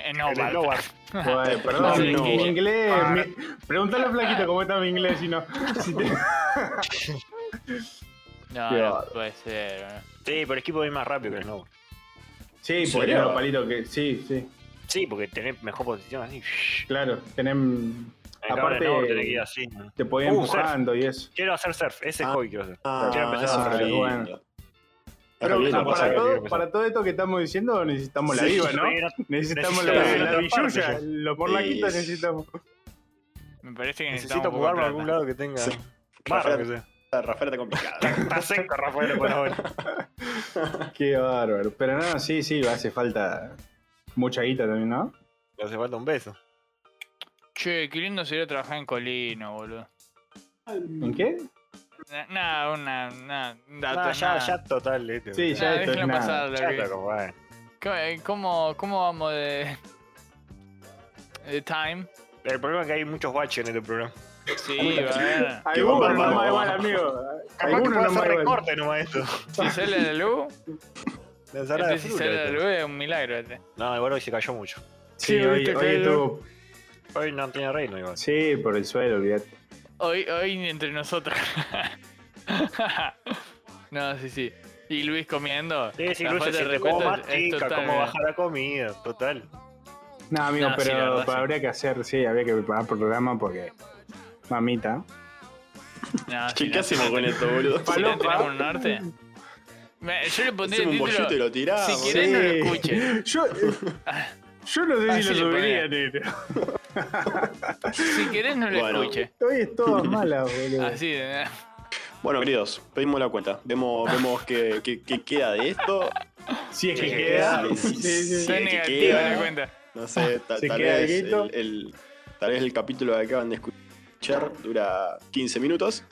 S4: Eh, no,
S3: en el
S4: Bart.
S3: Nowhere.
S2: Bueno,
S1: No,
S2: perdón, Ah.
S1: no,
S2: mi
S1: bueno.
S2: inglés. mi- Preguntale a Flaquito cómo está mi inglés, si no. si te-
S4: No,
S2: Qué
S4: no
S2: bárbaro.
S4: puede ser. ¿no?
S3: Sí, pero equipo es más rápido que el Nowhere.
S2: Sí,
S1: ¿En
S2: por
S1: serio?
S2: eso, palito, que sí, sí.
S3: Sí, porque tenés mejor posición así.
S2: Claro, tenés.
S3: En cambio,
S2: Aparte,
S3: el Nowhere tenés que ir así. ¿no?
S2: te podés
S3: Uh,
S2: empujando y eso.
S3: Quiero hacer surf, ese
S1: Ah.
S3: hobby quiero hacer.
S1: Ah,
S3: Ya empezaba
S1: eso
S2: a
S1: es re
S2: ver,
S1: lindo.
S2: bueno.
S1: Es
S2: Pero
S1: re lindo
S2: ah,
S1: pasar-
S2: para,
S3: pasa
S2: todo,
S3: que-
S2: para todo esto que estamos diciendo necesitamos la
S1: Sí,
S2: viva, ¿no?
S3: Pero
S2: Necesitamos la,
S1: necesitamos
S2: la
S3: otra
S2: billulla,
S3: parte.
S2: los porlaquitos
S1: Sí.
S2: necesitamos.
S4: Me parece que
S3: Necesito
S4: necesitamos un
S3: jugarlo
S4: poco
S3: a
S4: de
S3: algún
S4: plata.
S3: lado que tenga.
S1: Sí.
S3: Barra, que
S1: Rafael.
S3: sea.
S1: Rafael está complicada.
S3: Está seco, Rafael, por ahora.
S2: Qué bárbaro. Pero no, sí, sí, hace falta mucha guita también, ¿no?
S3: Le hace falta un beso.
S4: Che, qué lindo sería trabajar en Colino, boludo.
S2: ¿En qué?
S4: Na- Nada, una, nada, un dato,
S3: Ah, ya,
S4: nada.
S3: ya total, este.
S2: Sí,
S4: Nah,
S2: ya esto es
S4: déjenlo
S2: nada.
S4: pasar, lo
S3: Ya
S4: que-
S3: está, compadre.
S4: ¿Cómo- eh, ¿Cómo, ¿Cómo vamos de. de time?
S3: El problema es que hay muchos baches en este programa.
S4: Sí, va a ver.
S2: Algunos
S1: Vamos,
S2: nomás
S1: vamos,
S2: igual,
S1: vamos.
S2: amigo.
S3: Capaz que
S2: Algunos
S3: puedo
S2: nomás
S3: hacer
S2: igual.
S3: recorte nomás esto.
S4: Si sale la luz,
S3: La ensalada de
S4: este si
S3: fruta,
S4: sale la
S3: este.
S4: luz es un milagro este.
S3: No, igual hoy se cayó mucho.
S2: Sí,
S4: Sí,
S2: hoy,
S4: viste
S2: hoy
S4: que-
S2: estuvo.
S3: Hoy no tiene reino igual.
S2: Sí, por el suelo, olvídate.
S4: Hoy, hoy entre nosotros. no, sí, sí. Y Luis comiendo.
S3: Sí, sí,
S4: La
S3: Luis
S4: falta
S3: se
S4: de
S3: siente como
S4: respeto
S3: más
S4: es- es
S3: chica,
S4: total,
S3: cómo
S4: mira.
S3: baja la comida, total.
S2: No, amigo,
S4: No, sí,
S2: pero,
S4: la verdad,
S2: pero
S4: sí.
S2: habría que hacer, sí, habría que preparar programa porque. Mamita.
S4: No,
S1: Che,
S4: si
S1: ¿qué
S4: no-
S1: hacemos con esto, boludo?
S4: si no
S2: Falopa.
S4: tenemos
S3: ¿ah?
S4: un norte. Me- Yo le pondría
S1: Hacemos
S4: el
S1: un
S4: título.
S1: bollito y lo tiramos.
S4: si querés, no lo escuches.
S2: Yo, yo no sé si
S4: Así
S2: lo
S4: le
S2: subiría, negro.
S4: Si querés, no lo
S1: Bueno.
S4: escuches.
S2: Hoy es todo mala, boludo.
S4: Así de.
S1: Bueno, queridos, pedimos la cuenta. Vemos, vemos qué, qué- qué queda de esto.
S2: Si es que
S1: Sí,
S2: queda.
S1: sí, sí,
S2: Sí, sí.
S1: sí.
S4: Estoy
S1: que
S4: negativo,
S1: queda.
S4: la cuenta.
S1: No sé, ta-
S2: Se
S1: tal,
S2: queda
S1: vez
S2: quieto.
S1: el, el- tal vez el capítulo que acaban de escuchar dura 15 minutos.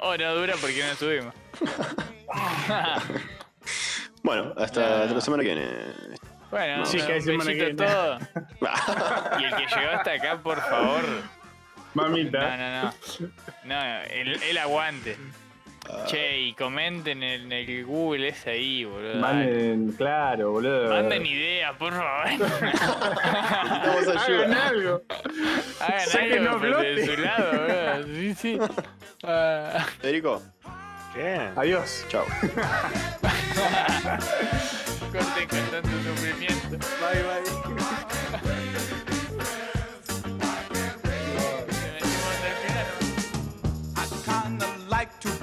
S4: Oh, no dura porque no subimos.
S1: Bueno, hasta hasta la semana que viene.
S4: Bueno,
S2: Sí, que hay
S4: un
S2: semana que
S4: besito
S2: viene.
S4: a todos. Y el que llegó hasta acá, por favor. No,
S2: Mamita.
S4: no, no. No, el, el aguante. Che, y comenten en el Google ese ahí, boludo. Dale.
S2: Manden, claro, boludo.
S4: Manden ideas, por favor.
S1: Necesitamos
S2: Hagan
S1: ayuda.
S2: algo.
S4: Hagan
S2: Sáquenlo a
S4: algo pero de
S2: flote.
S4: su lado, boludo. Sí, sí. Ah.
S1: Federico,
S3: ¿Qué?
S2: Adiós.
S1: chao.
S4: corten con tanto sufrimiento.
S2: Bye, bye.
S4: Se metimos al final.
S5: I kinda like to